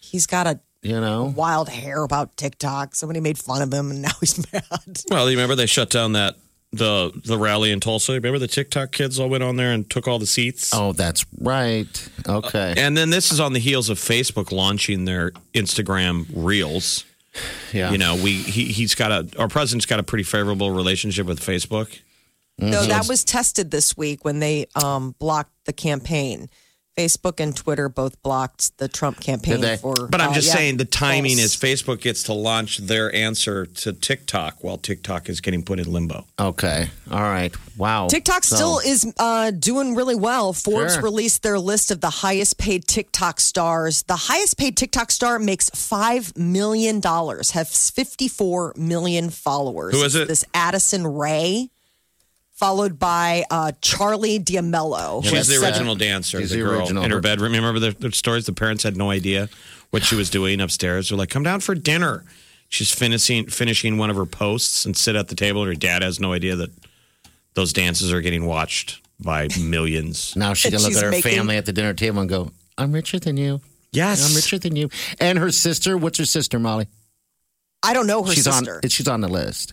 Speaker 3: He's got a
Speaker 4: you know?
Speaker 3: wild hair about TikTok. Somebody made fun of him, and now he's mad.
Speaker 5: Well, you remember they shut down that the the rally in Tulsa. Remember the TikTok kids all went on there and took all the seats.
Speaker 4: Oh, that's right. Okay.
Speaker 5: Uh, And then this is on the heels of Facebook launching their Instagram Reels.
Speaker 4: Yeah.
Speaker 5: You know, we he, he's got a our president's got a pretty favorable relationship with Facebook.
Speaker 3: No,
Speaker 4: Mm-hmm.
Speaker 3: that was tested this week when they um, blocked the campaign. Facebook and Twitter both blocked the Trump
Speaker 4: Did
Speaker 3: campaign
Speaker 4: they?
Speaker 3: for.
Speaker 5: But I'm
Speaker 3: uh,
Speaker 5: just
Speaker 3: yeah.
Speaker 5: saying the timing
Speaker 3: False.
Speaker 5: is Facebook gets to launch their answer to TikTok while TikTok is getting put in limbo.
Speaker 4: Okay. All right. Wow.
Speaker 3: TikTok
Speaker 4: So-
Speaker 3: still is uh, doing really well. Forbes
Speaker 4: Sure.
Speaker 3: released their list of the highest paid TikTok stars. The highest paid TikTok star makes $5 million, has 54 million followers.
Speaker 5: Who is
Speaker 3: It's
Speaker 5: it?
Speaker 3: This Addison Ray, followed by uh, Charlie D'Amello.
Speaker 4: Yeah,
Speaker 5: She's the
Speaker 4: that's,
Speaker 5: original
Speaker 4: uh,
Speaker 5: dancer,
Speaker 4: she's
Speaker 5: the
Speaker 4: the
Speaker 5: girl
Speaker 4: original.
Speaker 5: in her bedroom. Remember the, the stories? The parents had no idea what she was doing upstairs. They're like, "Come down for dinner." She's finishing finishing one of her posts and sit at the table. Her dad has no idea that those dances are getting watched by millions.
Speaker 4: Now she can
Speaker 3: And
Speaker 4: look
Speaker 3: she's
Speaker 4: at her
Speaker 3: making-
Speaker 4: family at the dinner table and go, I'm richer than you. I'm
Speaker 5: yes,
Speaker 4: richer than you. And her sister, what's her sister, Molly?
Speaker 3: I don't know her
Speaker 4: she's
Speaker 3: sister.
Speaker 4: on she's on the list.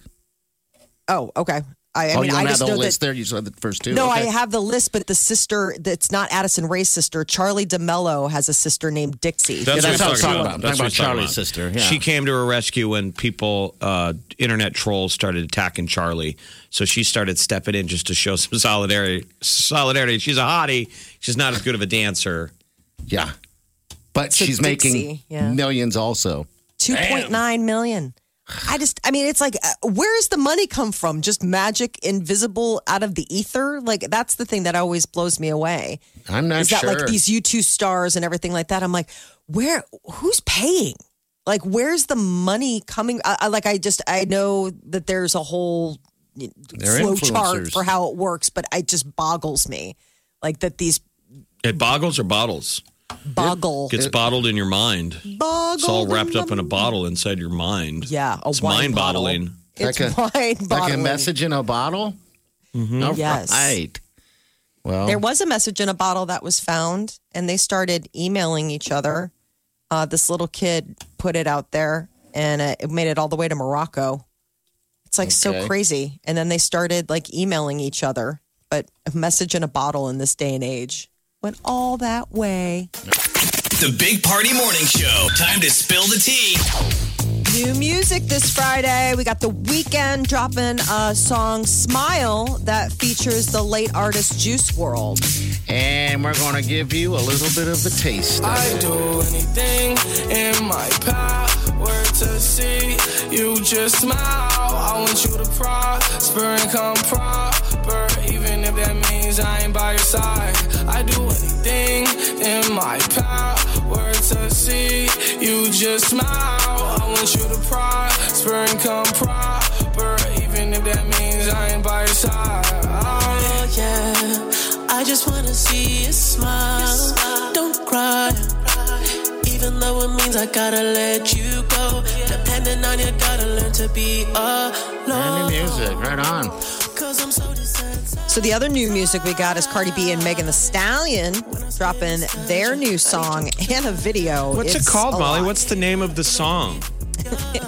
Speaker 3: oh, okay. I, I
Speaker 4: oh,
Speaker 3: mean,
Speaker 4: you don't
Speaker 3: I
Speaker 4: have
Speaker 3: just
Speaker 4: the
Speaker 3: know
Speaker 4: whole
Speaker 3: that
Speaker 4: list there. You just have the first two.
Speaker 3: No,
Speaker 4: Okay.
Speaker 3: I have the list, but the sister that's not Addison Ray's sister, Charlie DeMello, has a sister named Dixie.
Speaker 5: That's
Speaker 4: Yeah,
Speaker 5: what
Speaker 4: that's
Speaker 5: he's
Speaker 4: what
Speaker 5: talking
Speaker 4: I'm
Speaker 5: about.
Speaker 4: talking about.
Speaker 5: That's what he's
Speaker 4: Talking
Speaker 5: talking
Speaker 4: about Charlie's
Speaker 5: about.
Speaker 4: sister, yeah.
Speaker 5: She came to her rescue when people, uh, internet trolls, started attacking Charlie. So she started stepping in just to show some solidarity. Solidarity. She's a hottie. She's not as good of a dancer.
Speaker 4: Yeah. But
Speaker 3: a
Speaker 4: she's making
Speaker 3: Dixie, yeah.
Speaker 4: millions also.
Speaker 3: 2.9 million. I just, I mean, it's like, uh, where does the money come from? Just magic, invisible, out of the ether? Like, that's the thing that always blows me away.
Speaker 4: I'm not
Speaker 3: Is that
Speaker 4: sure.
Speaker 3: like these U2 stars and everything like that? I'm like, where, who's paying? Like, where's the money coming? I, I, like, I just, I know that there's a whole
Speaker 4: They're
Speaker 3: flow chart
Speaker 4: influencers.
Speaker 3: for how it works, but it just boggles me. Like, that these
Speaker 5: It boggles or bottles?
Speaker 3: boggle.
Speaker 5: Gets bottled in your mind.
Speaker 3: boggle.
Speaker 5: It's all wrapped up in a bottle inside your mind.
Speaker 3: Yeah, a
Speaker 5: It's
Speaker 3: wine
Speaker 5: mind
Speaker 3: bottle.
Speaker 5: bottling.
Speaker 3: It's
Speaker 4: Like a-
Speaker 3: mind
Speaker 4: like a
Speaker 3: boggling.
Speaker 4: message in a bottle? No,
Speaker 3: Mm-hmm. Yes.
Speaker 4: Right. Well,
Speaker 3: There was a message in a bottle that was found, and they started emailing each other. Uh, this little kid put it out there, and uh, it made it all the way to Morocco. It's like so
Speaker 4: Okay.
Speaker 3: crazy. And then they started like emailing each other, but a message in a bottle in this day and age went all that way.
Speaker 1: The Big Party Morning Show. Time to spill the tea.
Speaker 3: New music this Friday. We got the weekend dropping a song "Smile" that features the late artist Juice World.
Speaker 4: and we're going to give you a little bit of the taste. of
Speaker 6: I do anything in my power to see you just smile. I want you to prosper and come proper, even if that means I ain't by your side. I do anything in my power to see you just smile. I want you to prosper and come proper, even if that means I ain't by your side.
Speaker 7: Oh yeah, I just wanna see you smile. Don't cry, even though it means I gotta let you go. Depending on you, gotta learn to be
Speaker 4: Brand
Speaker 7: alone.
Speaker 4: new music, right on.
Speaker 7: Cause I'm so desensitized.
Speaker 3: So the other new music we got is Cardi B and Megan The Stallion dropping their new song and a video.
Speaker 5: What's
Speaker 3: It's
Speaker 5: it called,
Speaker 3: a
Speaker 5: Molly?
Speaker 3: lot.
Speaker 5: What's the name of the song?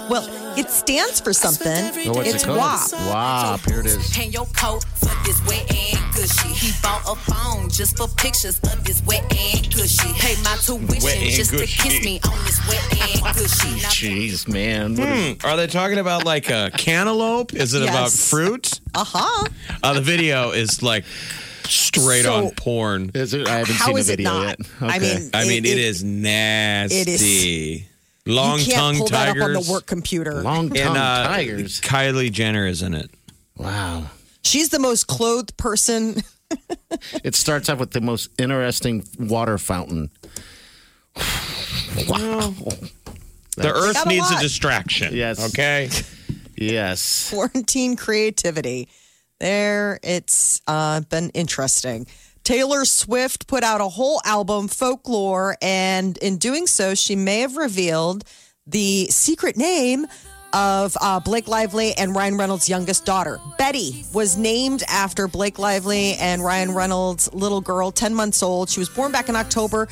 Speaker 3: well, it stands for something.
Speaker 4: Oh, what's
Speaker 3: it's
Speaker 4: it called?
Speaker 3: WAP.
Speaker 4: WAP. Here it is.
Speaker 8: Hang your coat, fuck this wet and gushy. He bought a phone just for pictures of this wet and gushy. Pay my
Speaker 4: Wet
Speaker 8: tuition
Speaker 4: and
Speaker 8: just to
Speaker 4: gushy.
Speaker 8: kiss me on this wet and gushy. Now
Speaker 4: Jeez, man. What is-
Speaker 5: Hmm, Are they talking about like a cantaloupe? Is it about
Speaker 3: Yes.
Speaker 5: fruit?
Speaker 3: Uh huh.
Speaker 5: Uh, the video is like straight
Speaker 3: So-
Speaker 5: on porn.
Speaker 4: is it? I haven't
Speaker 3: How
Speaker 4: seen
Speaker 3: is
Speaker 4: the
Speaker 3: it
Speaker 4: video
Speaker 3: not?
Speaker 4: yet.
Speaker 3: I mean-
Speaker 5: I mean,
Speaker 3: It-
Speaker 5: it
Speaker 3: it-
Speaker 5: is nasty. Long
Speaker 3: you can't
Speaker 5: tongue
Speaker 3: pull that
Speaker 5: tigers.
Speaker 3: up on the work computer.
Speaker 4: long tongue
Speaker 5: and uh,
Speaker 4: tigers.
Speaker 5: Kylie Jenner is in it.
Speaker 4: Wow.
Speaker 3: She's the most clothed person.
Speaker 4: It starts off with the most interesting water fountain. wow.
Speaker 5: the Earth
Speaker 3: Got a
Speaker 5: needs a
Speaker 3: lot.
Speaker 5: distraction.
Speaker 4: Yes.
Speaker 5: Okay.
Speaker 4: Yes.
Speaker 3: quarantine creativity. There, it's uh, been interesting. Taylor Swift put out a whole album, Folklore, and in doing so, she may have revealed the secret name of uh, Blake Lively and Ryan Reynolds' youngest daughter. Betty was named after Blake Lively and Ryan Reynolds' little girl, 10 months old. She was born back in October.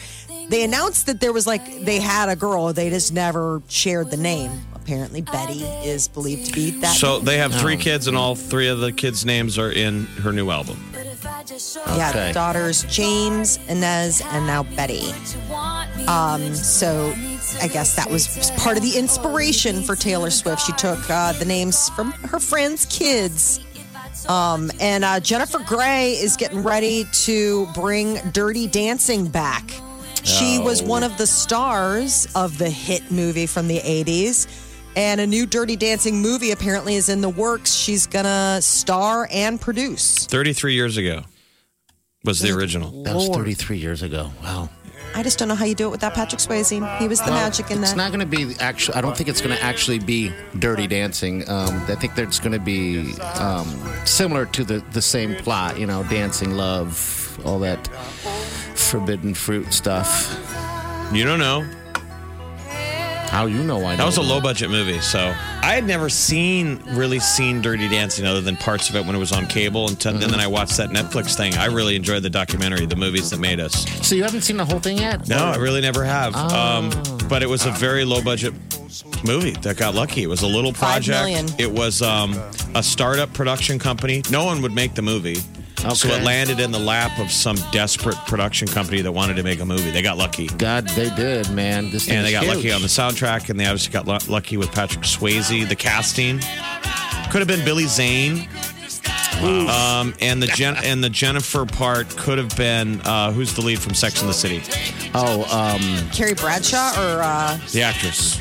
Speaker 3: They announced that there was like, they had a girl, they just never shared the name. Apparently, Betty is believed to be that
Speaker 5: So they have
Speaker 3: Oh.
Speaker 5: three kids, and all three of the kids' names are in her new album.
Speaker 3: Yeah,
Speaker 4: Okay.
Speaker 3: the daughters James, Inez, and now Betty. Um, so I guess that was part of the inspiration for Taylor Swift. She took uh, the names from her friends' kids. Um, and uh, Jennifer Gray is getting ready to bring Dirty Dancing back. She was one of the stars of the hit movie from the 80s. And a new Dirty Dancing movie apparently is in the works. She's going to star and produce.
Speaker 5: 33 years ago was the original.
Speaker 4: That was 33 years ago. Wow.
Speaker 3: I just don't know how you do it without Patrick Swayze. He was the magic in
Speaker 4: It's
Speaker 3: that.
Speaker 4: not going to be actually. I don't think it's going to actually be Dirty Dancing. Um, I think there's going to be um, similar to the the same plot. You know, dancing, love, all that forbidden fruit stuff.
Speaker 5: You don't know.
Speaker 4: How you know? I know
Speaker 5: That was a low budget movie, so I had never seen really seen Dirty Dancing other than parts of it when it was on cable, and, t- and then I watched that Netflix thing. I really enjoyed the documentary, the movies that made us.
Speaker 4: So you haven't seen the whole thing yet?
Speaker 5: No, I really never have. Um, but it was a very low budget movie that got lucky. It was a little
Speaker 3: Five
Speaker 5: project.
Speaker 3: million.
Speaker 5: It was um, a startup production company. No one would make the movie. So
Speaker 4: Okay.
Speaker 5: it landed in the lap of some desperate production company that wanted to make a movie. They got lucky.
Speaker 4: God, they did, man. This
Speaker 5: And
Speaker 4: thing's
Speaker 5: they got
Speaker 4: huge.
Speaker 5: lucky on the soundtrack, and they obviously got lu- lucky with Patrick Swayze. The casting could have been Billy Zane, um, and the Jen- and the Jennifer part could have been uh, who's the lead from Sex and the City,
Speaker 4: Oh, um,
Speaker 3: Carrie Bradshaw or uh,
Speaker 5: the actress.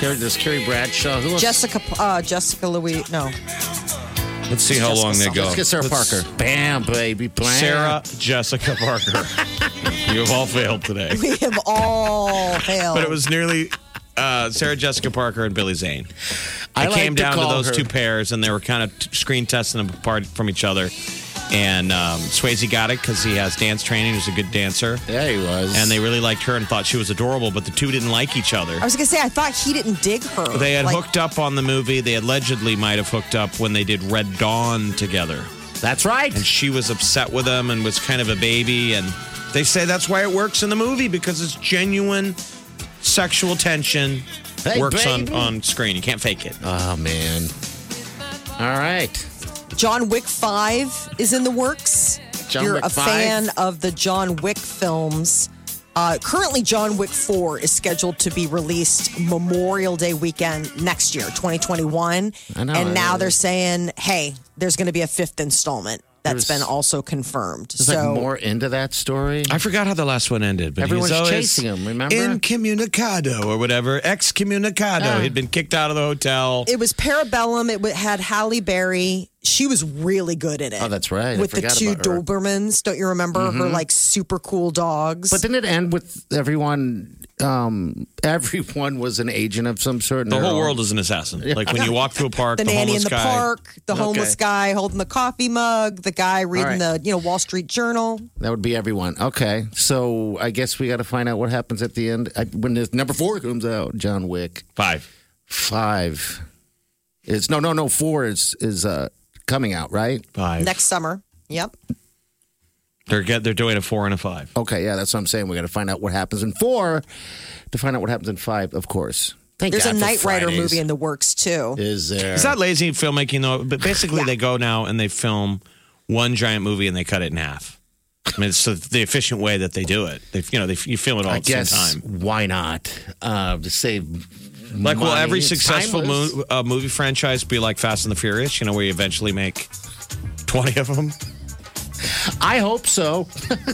Speaker 4: Carrie, there's Carrie Bradshaw. Who else?
Speaker 3: Jessica uh, Jessica Louis? No,
Speaker 5: Let's see how long they go.
Speaker 4: Let's get Sarah Parker. Bam, baby. Bam.
Speaker 5: Sarah Jessica Parker. you have all failed today,
Speaker 3: we have all failed.
Speaker 5: but it was nearly. Uh, Sarah Jessica Parker and Billy Zane.
Speaker 4: I
Speaker 5: I
Speaker 4: like
Speaker 5: came down to
Speaker 4: call
Speaker 5: those
Speaker 4: her-
Speaker 5: two pairs, and they were kind of t- screen testing them apart from each other. And um, Swayze got it because he has dance training. He's a good dancer,
Speaker 4: Yeah, he was.
Speaker 5: and they really liked her and thought she was adorable. But the two didn't like each other.
Speaker 3: I was gonna say I thought he didn't dig her.
Speaker 5: They had
Speaker 3: Like,
Speaker 5: hooked up on the movie. They allegedly might have hooked up when they did Red Dawn together.
Speaker 4: That's right.
Speaker 5: and she was upset with him and was kind of a baby and they say that's why it works in the movie because it's genuine sexual tension
Speaker 4: Hey,
Speaker 5: works on,
Speaker 4: baby.
Speaker 5: on screen you can't fake it
Speaker 4: Oh man. All right.
Speaker 3: John Wick Five is in the works.
Speaker 4: John
Speaker 3: You're
Speaker 4: Wick
Speaker 3: a
Speaker 4: 5?
Speaker 3: fan of the John Wick films. Uh, currently, John Wick 4 is scheduled to be released Memorial Day weekend next year, 2021.
Speaker 4: I know,
Speaker 3: and
Speaker 4: I
Speaker 3: now
Speaker 4: know.
Speaker 3: they're saying, hey, there's going to be a fifth installment that's
Speaker 4: There's-
Speaker 3: been also confirmed.
Speaker 4: There's
Speaker 3: so,
Speaker 4: like more into that story.
Speaker 5: i forgot how the last one ended but
Speaker 4: Everyone's
Speaker 5: he's always
Speaker 4: chasing him, remember?
Speaker 5: incommunicado or whatever excommunicado
Speaker 4: Yeah.
Speaker 5: he'd been kicked out of the hotel
Speaker 3: It was Parabellum. It wa- had Halle Berry. She was really good in it.
Speaker 4: Oh, that's right. I
Speaker 3: With the
Speaker 4: forgot
Speaker 3: two
Speaker 4: about her. Mm-hmm.
Speaker 3: Dobermans. Don't you remember her like super cool dogs?
Speaker 4: But didn't it end with everyone? Um, everyone was an agent of some sort. and
Speaker 5: the
Speaker 4: they're
Speaker 5: whole
Speaker 4: all-
Speaker 5: world is an assassin like when you walk through a park
Speaker 3: the,
Speaker 5: the,
Speaker 3: nanny in
Speaker 5: homeless
Speaker 3: the
Speaker 5: guy
Speaker 3: park, the homeless guy holding the coffee mug, the guy reading
Speaker 4: right.
Speaker 3: the you know Wall Street Journal.
Speaker 4: That would be everyone. Okay, so I guess we got to find out what happens at the end I, when this number four comes out. John Wick
Speaker 5: five
Speaker 4: five. It's no, no, no. Four is is uh coming out right.
Speaker 5: five
Speaker 3: Next summer. Yep.
Speaker 5: they're get, they're doing a four and a five
Speaker 4: Okay, yeah, that's what I'm saying. We got to find out what happens in four to find out what happens in five. Of course. Thank
Speaker 3: There's
Speaker 4: God
Speaker 3: a
Speaker 4: for
Speaker 3: Knight Rider
Speaker 4: Fridays.
Speaker 3: movie in the works too.
Speaker 4: Is there?
Speaker 5: Is that lazy filmmaking though? But basically, they go now and they film one giant movie and they cut it in half. I mean, it's the, the efficient way that they do it. They, you know, they, you film it all
Speaker 4: I
Speaker 5: at
Speaker 4: guess
Speaker 5: the same time.
Speaker 4: why not uh, to save
Speaker 5: Like, will
Speaker 4: money,
Speaker 5: every
Speaker 4: it's
Speaker 5: successful
Speaker 4: timeless.
Speaker 5: mo- uh, movie franchise be like Fast and the Furious? You know, where you eventually make twenty of them.
Speaker 4: I hope so.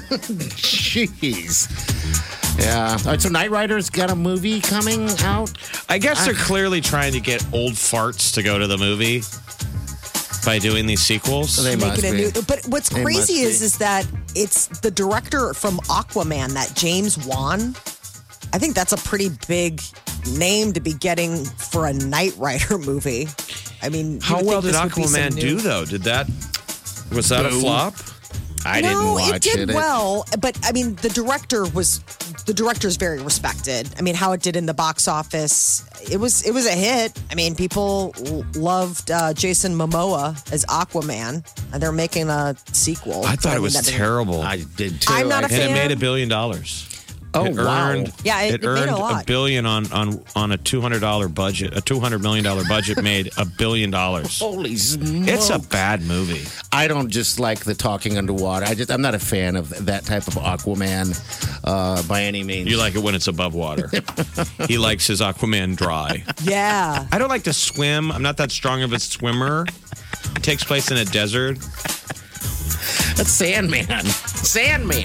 Speaker 4: Jeez. Yeah. All right, so Knight Rider's got a movie coming out.
Speaker 5: I guess they're clearly trying to get old farts to go to the movie by doing these sequels.
Speaker 4: They
Speaker 3: Making a new, but what's
Speaker 5: They must
Speaker 3: crazy is
Speaker 5: be.
Speaker 3: is that it's the director from Aquaman, that James Wan. I think that's a pretty big name to be getting for a Knight Rider movie. I mean, you
Speaker 5: How
Speaker 3: would
Speaker 5: well did
Speaker 3: think this would be some
Speaker 5: Aquaman
Speaker 3: new-
Speaker 5: do though? Did that was that a
Speaker 4: Boom.
Speaker 5: flop?
Speaker 4: I
Speaker 3: no,
Speaker 4: didn't watch
Speaker 3: it did
Speaker 4: it.
Speaker 3: well, but I mean, the director was the director's very respected. I mean, how it did in the box office, it was it was a hit. I mean, people l- loved uh, Jason Momoa as Aquaman, and they're making a sequel.
Speaker 5: I
Speaker 3: But
Speaker 5: thought it
Speaker 3: mean,
Speaker 5: was
Speaker 3: that didn't-
Speaker 5: terrible.
Speaker 4: I did too.
Speaker 3: I'm not
Speaker 4: I
Speaker 3: a
Speaker 5: and it
Speaker 3: fan.
Speaker 5: made a billion dollars.
Speaker 4: Oh,
Speaker 5: it
Speaker 4: wow.
Speaker 5: earned,
Speaker 3: Yeah, it- it made
Speaker 5: earned
Speaker 3: a lot.
Speaker 5: billion on on on a two hundred dollar budget. A two hundred million dollar budget made a billion dollars.
Speaker 4: Holy
Speaker 5: It's a
Speaker 4: smoke.
Speaker 5: bad movie.
Speaker 4: I don't just like the talking underwater. I just I'm not a fan of that type of Aquaman uh, by any means.
Speaker 5: You like it when it's above water. he likes his Aquaman dry.
Speaker 3: Yeah.
Speaker 5: I don't like to swim. I'm not that strong of a swimmer. It takes place in a desert.
Speaker 4: That's Sandman. Sandman.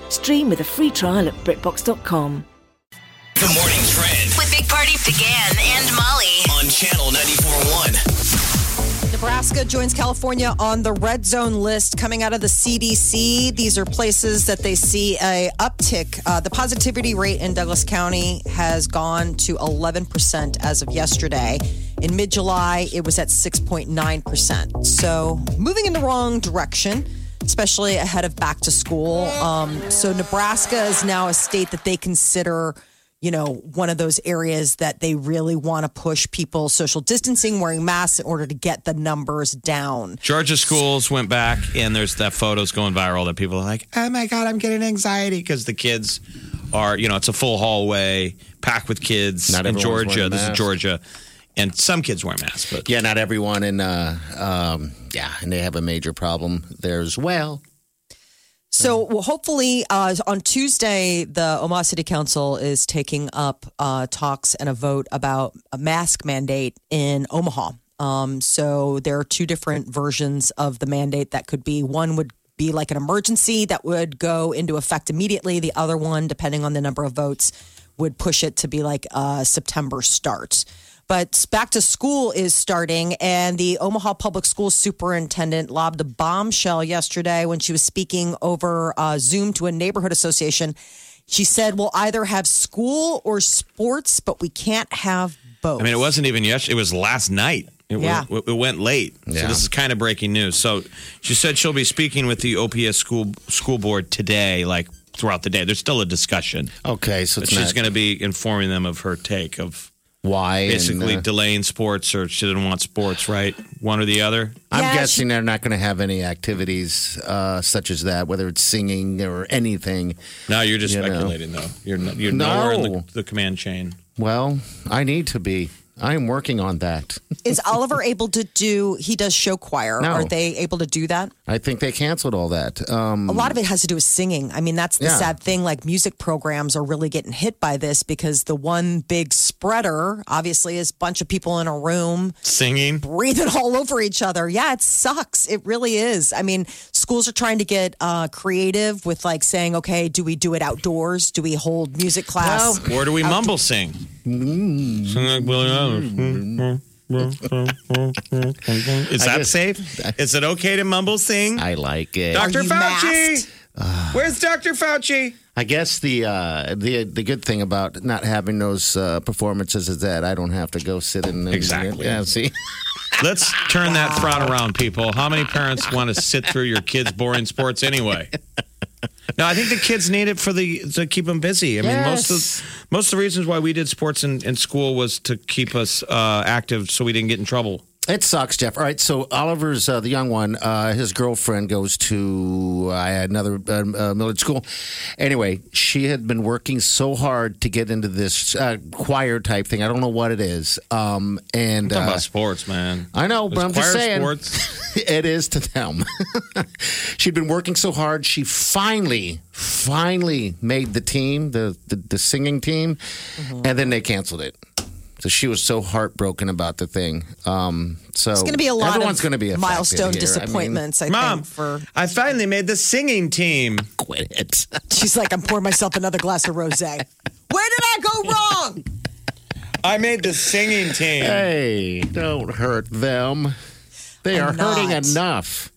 Speaker 11: Stream with a free trial at BritBox.com.
Speaker 1: The morning trend
Speaker 2: With Big Party began and Molly.
Speaker 1: on Channel 94.1.
Speaker 3: Nebraska joins California on the red zone list coming out of the CDC. These are places that they see a uptick. Uh, the positivity rate in Douglas County has gone to 11% as of yesterday. In mid-July, it was at 6.9%. So moving in the wrong direction. Especially ahead of back to school. Um, so, Nebraska is now a state that they consider you know, one of those areas that they really want to push people social distancing, wearing masks in order to get the numbers down.
Speaker 5: Georgia schools went back, and there's that photos going viral that people are like, "Oh my god, I'm getting anxiety" because the kids are, you know, it's a full hallway packed with kids
Speaker 4: Not
Speaker 5: in
Speaker 4: everyone's
Speaker 5: Georgia.
Speaker 4: wearing
Speaker 5: This is
Speaker 4: masks.
Speaker 5: Georgia, and some kids wear masks, but
Speaker 4: Yeah, not everyone in uh um yeah, and they have a major problem there as well.
Speaker 3: So, well, hopefully, uh, on Tuesday, the Omaha City Council is taking up uh, talks and a vote about a mask mandate in Omaha. Um, so, there are two different versions of the mandate that could be. One would be like an emergency that would go into effect immediately. The other one, depending on the number of votes, would push it to be like a September start. But back to school is starting, and the Omaha Public Schools superintendent lobbed a bombshell yesterday when she was speaking over uh, Zoom to a neighborhood association. She said, We'll either have school or sports, but we can't have both.
Speaker 5: I mean, it wasn't even yesterday. It was last night. It,
Speaker 3: Yeah.
Speaker 5: was, it went late. So
Speaker 4: Yeah.
Speaker 5: this is kind of breaking news. So she said she'll be speaking with the OPS school school board today, like throughout the day. There's still a discussion.
Speaker 4: Okay, so
Speaker 5: But
Speaker 4: it's
Speaker 5: she's
Speaker 4: not
Speaker 5: going to be informing them of her take of
Speaker 4: why and,
Speaker 5: basically
Speaker 4: uh,
Speaker 5: delaying sports or she didn't want sports, right? One or the other.
Speaker 4: I'm
Speaker 3: Yeah,
Speaker 4: guessing they're not going to have any activities uh, such as that, whether it's singing or anything.
Speaker 5: No, you're just
Speaker 4: You know.
Speaker 5: speculating though. You're n- you're
Speaker 4: No.
Speaker 5: nowhere in the, the command chain.
Speaker 4: Well, I need to be. I am working on that.
Speaker 3: Is Oliver able to do? He does show choir.
Speaker 4: No.
Speaker 3: Are they able to do that?
Speaker 4: I think they canceled all that. Um,
Speaker 3: A lot of it has to do with singing. I mean, that's the
Speaker 4: Yeah.
Speaker 3: sad thing. Like music programs are really getting hit by this because the one big spreader, obviously, is a bunch of people in a room
Speaker 5: Singing.
Speaker 3: breathing all over each other. Yeah, it sucks. It really is. I mean, schools are trying to get uh, creative with like saying, okay, do we do it outdoors? Do we hold music class?
Speaker 5: Or do we mumble sing? Sing like Billy Eilish. Is that safe? Is it okay to mumble sing?
Speaker 4: I like it.
Speaker 5: Dr. Fauci! Where's Dr. Fauci?
Speaker 4: I guess the uh, the the good thing about not having those uh, performances is that I don't have to go sit in and
Speaker 5: Exactly.
Speaker 4: Yeah, see,
Speaker 5: Let's turn that thought around, people. How many parents want to sit through your kids' boring sports anyway? No, I think the kids need it for the to keep them busy. I mean, most
Speaker 4: Yes.
Speaker 5: of most of the reasons why we did sports in, in school was to keep us uh, active, so we didn't get in trouble.
Speaker 4: it sucks, Jeff. All right, so Oliver's uh, the young one. Uh, his girlfriend goes to uh, another uh, uh, military school. Anyway, she had been working so hard to get into this uh, choir type thing. I don't know what it is. Um, and
Speaker 5: I'm talking
Speaker 4: uh,
Speaker 5: about sports, man.
Speaker 4: I know, but
Speaker 5: Those
Speaker 4: I'm just
Speaker 5: choir
Speaker 4: saying.
Speaker 5: sports.
Speaker 4: it is to them. She'd been working so hard. She finally, finally made the team, the the, the singing team,
Speaker 3: Mm-hmm.
Speaker 4: and then they canceled it. So she was so heartbroken about the thing. Um, so
Speaker 3: It's going to be a lot
Speaker 4: Everyone's
Speaker 3: of
Speaker 4: going to be affected
Speaker 3: milestone
Speaker 4: here.
Speaker 3: disappointments, I,
Speaker 5: Mom,
Speaker 3: think, for
Speaker 5: I finally made the singing team.
Speaker 4: Quit it.
Speaker 3: She's like, I'm pouring myself another glass of rose. Where did I go wrong?
Speaker 5: I made the singing team.
Speaker 4: Hey, don't hurt them. They are
Speaker 3: I'm
Speaker 4: hurting
Speaker 3: not.
Speaker 4: enough.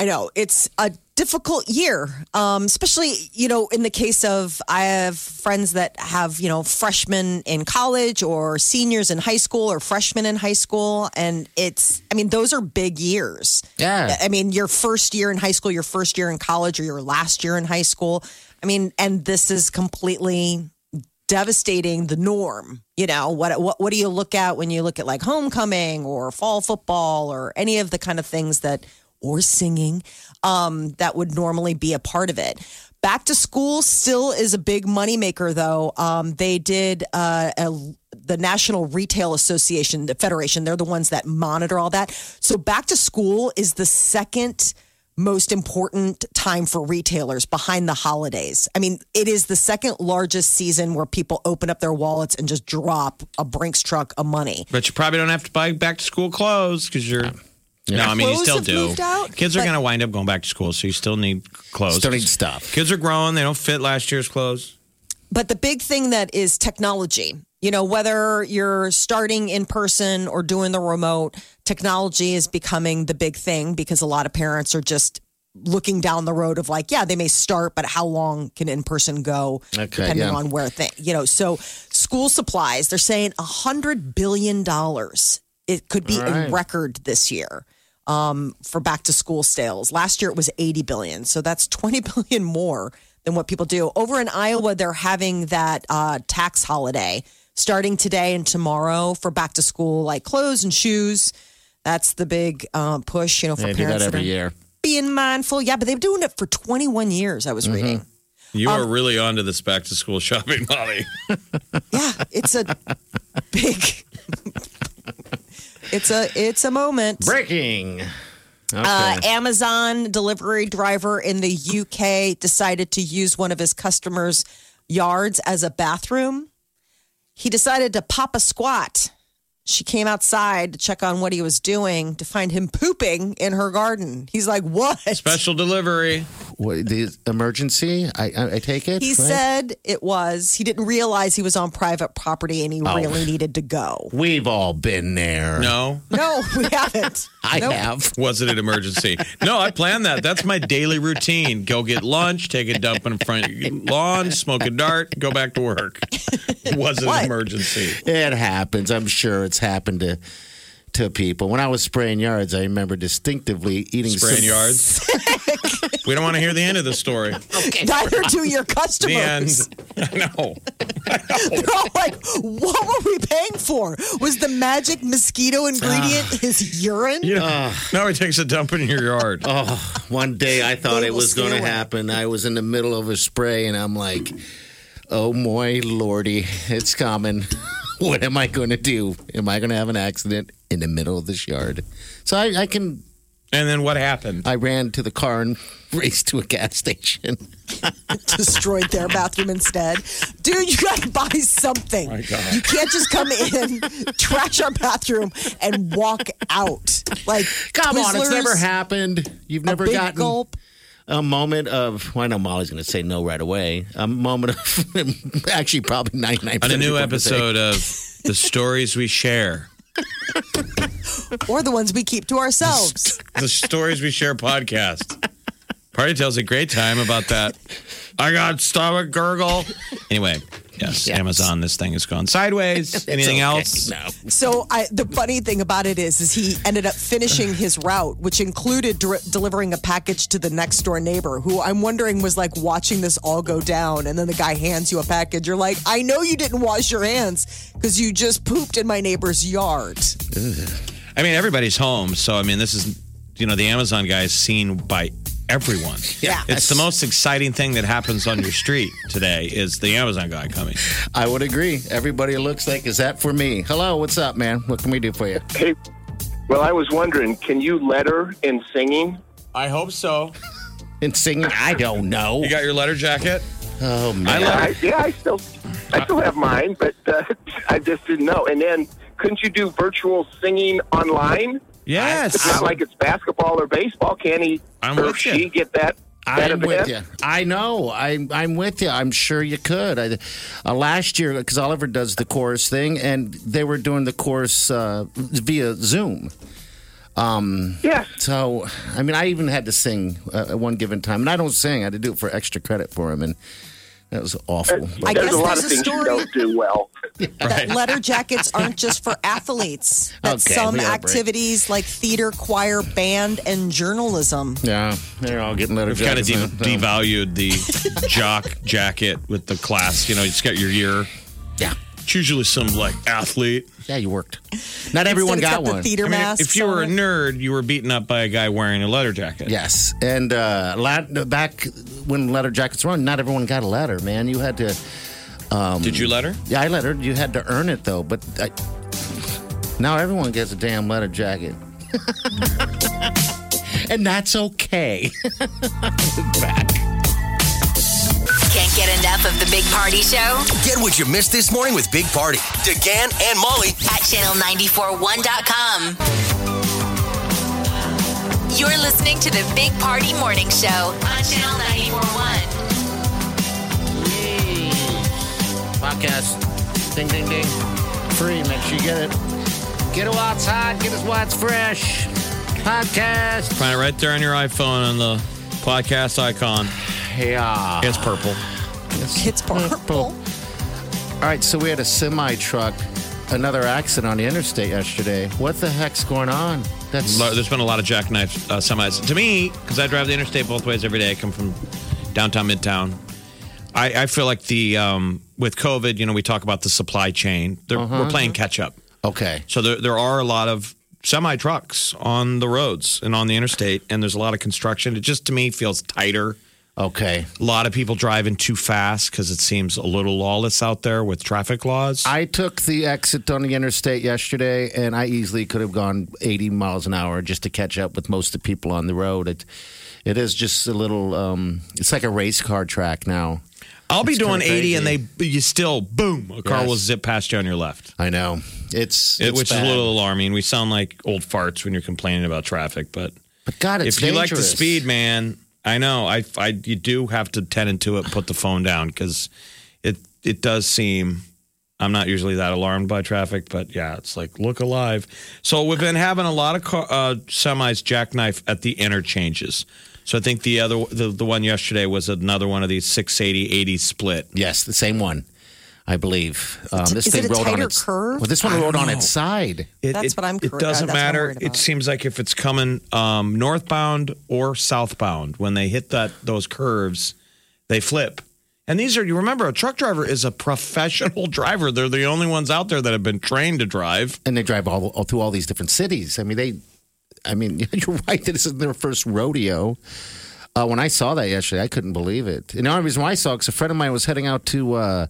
Speaker 3: I know it's a difficult year, um, especially you know in the case of I have friends that have you know freshmen in college or seniors in high school or freshmen in high school, and it's I mean those are big years.
Speaker 4: Yeah.
Speaker 3: I mean your first year in high school, your first year in college, or your last year in high school. I mean, and this is completely devastating the norm. You know, what what what do you look at when you look at like homecoming or fall football or any of the kind of things that or singing um, that would normally be a part of it. Back to school still is a big moneymaker, though. Um, they did uh, a, the National Retail Association, the Federation, they're the ones that monitor all that. So, back to school is the second most important time for retailers behind the holidays. I mean, it is the second largest season where people open up their wallets and just drop a Brinks truck of money.
Speaker 5: But you probably don't have to buy back to school clothes because you're. No, I mean you
Speaker 3: Clothes
Speaker 5: still
Speaker 3: have
Speaker 5: do.
Speaker 3: moved out,
Speaker 5: Kids are
Speaker 3: but-
Speaker 5: going to wind up going back to school, so you still need clothes.
Speaker 4: Still need stuff.
Speaker 5: Kids are growing; they don't fit last year's clothes.
Speaker 3: But the big thing that is technology. You know, whether you're starting in person or doing the remote, technology is becoming the big thing because a lot of parents are just looking down the road of like, yeah, they may start, but how long can in person go
Speaker 4: Okay,
Speaker 3: depending
Speaker 4: yeah.
Speaker 3: on where thing, you know, so school supplies, they're saying a hundred billion dollars. It could be
Speaker 4: All right.
Speaker 3: a record this year um, for back to school sales. Last year it was 80 billion. So that's 20 billion more than what people do. Over in Iowa, they're having that uh, tax holiday starting today and tomorrow for back to school, like clothes and shoes. That's the big uh, push, you know, for
Speaker 4: They do that
Speaker 3: parents
Speaker 4: every
Speaker 3: are
Speaker 4: year.
Speaker 3: being mindful. Yeah, but they've been doing it for 21 years, I was
Speaker 4: Mm-hmm.
Speaker 3: reading.
Speaker 5: You
Speaker 3: Um,
Speaker 5: are really onto this back to school shopping, Molly.
Speaker 3: Yeah, it's a big. it's a it's a moment.
Speaker 4: Breaking. Okay.
Speaker 3: Uh, Amazon delivery driver in the UK decided to use one of his customers' yards as a bathroom. He decided to pop a squat. She came outside to check on what he was doing to find him pooping in her garden. He's like, "What?"
Speaker 5: Special delivery.
Speaker 4: what, the emergency? I, I, I take it.
Speaker 3: He
Speaker 4: right?
Speaker 3: said it was. He didn't realize he was on private property and he
Speaker 4: Oh.
Speaker 3: really needed to go.
Speaker 4: We've all been there.
Speaker 5: No,
Speaker 3: No, we haven't.
Speaker 4: I
Speaker 3: Nope.
Speaker 4: have.
Speaker 5: was it an emergency? No, I planned that. That's my daily routine: go get lunch, take a dump in front of your lawn, smoke a dart, go back to work. Was it
Speaker 3: What?
Speaker 5: an emergency?
Speaker 4: It happens. I'm sure it's happened to to people. When I was spraying yards, I remember distinctively eating
Speaker 5: Spraying
Speaker 4: some-
Speaker 5: yards. We don't want to hear the end of the story.
Speaker 3: Neither do your
Speaker 5: The end.
Speaker 3: customers.
Speaker 5: I know.
Speaker 3: They're all like, what were we paying for? Was the magic mosquito ingredient his urine?
Speaker 5: You know, now he takes a dump in your yard.
Speaker 4: Oh, one day I thought
Speaker 3: They
Speaker 4: it
Speaker 3: will
Speaker 4: was going to
Speaker 3: steal it.
Speaker 4: happen. I was in the middle of a spray, and I'm like, "Oh my lordy, it's coming." what am I going to do? Am I going to have an accident in the middle of this yard? So I, I can.
Speaker 5: And then what happened?
Speaker 4: I ran to the car and raced to a gas station.
Speaker 3: destroyed their bathroom instead. Dude, you got to buy something.
Speaker 4: God.
Speaker 3: You can't just come in, trash our bathroom, and walk out. Like,
Speaker 4: Come on, it's
Speaker 3: Twizzlers,
Speaker 4: never happened. You've
Speaker 3: a
Speaker 4: never
Speaker 3: big
Speaker 4: gotten
Speaker 3: gulp.
Speaker 4: a moment of. Well, I know Molly's going to say no right away. A moment of actually probably ninety nine.
Speaker 5: On a new episode of The Stories We Share.
Speaker 3: Or the ones we keep to ourselves.
Speaker 5: the Stories We Share podcast. Party tells a great time about that. I got stomach gurgle. Anyway, yes, Amazon, this thing has gone sideways. Anything else? No.
Speaker 3: So I, the funny thing about it is, is he ended up finishing his route, which included der- delivering a package to the next door neighbor, who I'm wondering was like watching this all go down. And then the guy hands you a package. You're like, I know you didn't wash your hands because you just pooped in my neighbor's yard.
Speaker 5: I mean, everybody's home, so I mean, this is, you know, the Amazon guy is seen by everyone.
Speaker 4: Yeah.
Speaker 5: It's the most exciting thing that happens on your street today is the Amazon guy coming.
Speaker 4: I would agree. Everybody looks like, is that for me? Hello, what's up, man? What can we do for you?
Speaker 12: Hey, well, I was wondering, can you letter in singing?
Speaker 5: I hope so.
Speaker 4: And singing, I don't know. You
Speaker 5: got your letter jacket?
Speaker 4: Oh man!
Speaker 12: yeah, I, yeah, I still, I still have mine, but uh, I just didn't know. And then, couldn't you do virtual singing online?
Speaker 5: Yes.
Speaker 12: It's not like it's basketball or baseball. Can he
Speaker 4: I'm
Speaker 12: or
Speaker 4: with
Speaker 12: she
Speaker 4: you.
Speaker 12: get that? that
Speaker 4: I'm with
Speaker 12: event?
Speaker 4: you. I know. I'm I'm with you. I'm sure you could. I, uh, last year, because Oliver does the chorus thing, and they were doing the chorus uh, via Zoom. Um,
Speaker 12: yeah.
Speaker 4: So, I mean, I even had to sing uh, at one given time, and I don't sing. I had to do it for extra credit for him, and that was awful.
Speaker 3: I
Speaker 12: there's
Speaker 3: guess
Speaker 12: a lot
Speaker 3: there's
Speaker 12: of
Speaker 3: a
Speaker 12: things you
Speaker 3: story.
Speaker 12: don't do well.
Speaker 3: That letter jackets aren't just for athletes. That
Speaker 4: Okay,
Speaker 3: some
Speaker 4: we got a break.
Speaker 3: activities like theater, choir, band, and journalism.
Speaker 4: Yeah, they're all getting letter
Speaker 5: We've kind of
Speaker 4: jackets.
Speaker 5: de-
Speaker 4: now, so-
Speaker 5: devalued the jock jacket with the class. You know, it's got your year.
Speaker 4: Yeah.
Speaker 5: It's usually some like athlete.
Speaker 4: Yeah, you worked. Not everyone
Speaker 3: Instead,
Speaker 4: got
Speaker 3: it's got the
Speaker 4: one.
Speaker 3: theater
Speaker 5: I mean,
Speaker 3: mask.
Speaker 5: if you were a nerd, you were beaten up by a guy wearing a leather jacket.
Speaker 4: Yes, and uh, lat- back when letter jackets were on, not everyone got a letter. Man, you had to. Um,
Speaker 5: Did you letter?
Speaker 4: Yeah, I lettered. You had to earn it though. But I, now everyone gets a damn letter jacket, and that's okay. back.
Speaker 2: Can't get enough of the Big Party Show
Speaker 1: Get what you missed this morning with Big Party, DeGan and Molly.
Speaker 2: at channel941.com. You're listening to the Big Party Morning Show on channel 941.
Speaker 4: Podcast. Ding ding ding. Free. Make sure you get it. Get it while it's hot. Get it while it's fresh. Podcast.
Speaker 5: Find it right there on your iPhone on the podcast icon.
Speaker 4: Yeah.
Speaker 5: It's purple.
Speaker 3: It's purple.
Speaker 4: Mm. All right, so we had a semi truck, another accident on the interstate yesterday. What the heck's going on? That's
Speaker 5: Lo- There's been a lot of jackknife uh, semis. To me, because I drive the interstate both ways every day, I come from downtown Midtown. I, I feel like the um, with COVID, you know, we talk about the supply chain. They're,
Speaker 4: Uh-huh.
Speaker 5: We're playing catch up.
Speaker 4: okay.
Speaker 5: So there, there are a lot of semi trucks on the roads and on the interstate, and there's a lot of construction. It just to me feels tighter.
Speaker 4: Okay.
Speaker 5: A lot of people driving too fast because it seems a little lawless out there with traffic laws.
Speaker 4: I took the exit on the interstate yesterday, and I easily could have gone 80 miles an hour just to catch up with most of the people on the road. It, it is just a little. Um, it's like a race car track now.
Speaker 5: I'll be
Speaker 4: It's
Speaker 5: doing
Speaker 4: kinda
Speaker 5: 80,
Speaker 4: crazy.
Speaker 5: and they you still boom a car
Speaker 4: Yes.
Speaker 5: will zip past you on your left,
Speaker 4: I know. It's,
Speaker 5: It-
Speaker 4: it's
Speaker 5: which
Speaker 4: bad.
Speaker 5: is a little alarming. We sound like old farts when you're complaining about traffic, but
Speaker 4: But God, it's
Speaker 5: if you like to
Speaker 4: dangerous.
Speaker 5: speed, man, I know I, I you do have to tend into it, put the phone down because it it does seem. I'm not usually that alarmed by traffic, but yeah, it's like look alive. So we've been having a lot of car, uh, semis jackknife at the interchanges. So I think the other the, the one yesterday was another one of these 680 80 split.
Speaker 4: Yes, the same one, I believe. Um,
Speaker 3: Is
Speaker 4: this
Speaker 3: it
Speaker 4: thing
Speaker 3: a
Speaker 4: rolled on
Speaker 3: tighter
Speaker 4: its
Speaker 3: curve?
Speaker 4: Well, this one
Speaker 5: I
Speaker 4: rolled
Speaker 5: don't
Speaker 4: on
Speaker 5: know.
Speaker 4: its side.
Speaker 5: It,
Speaker 3: That's
Speaker 5: it-
Speaker 3: what I'm
Speaker 5: It
Speaker 3: cor-
Speaker 5: doesn't
Speaker 3: that's what I'm
Speaker 5: matter.
Speaker 3: worried
Speaker 5: It
Speaker 3: about.
Speaker 5: seems like if it's coming um, northbound or southbound, when they hit that those curves, they flip. And these are you remember a truck driver is a professional driver. They're the only ones out there that have been trained to drive.
Speaker 4: and they drive all, all through all these different cities. I mean, they, I mean, you're right. This isn't their first rodeo. Uh, when I saw that yesterday, I couldn't believe it. And the only reason why I saw it, because a friend of mine was heading out to uh,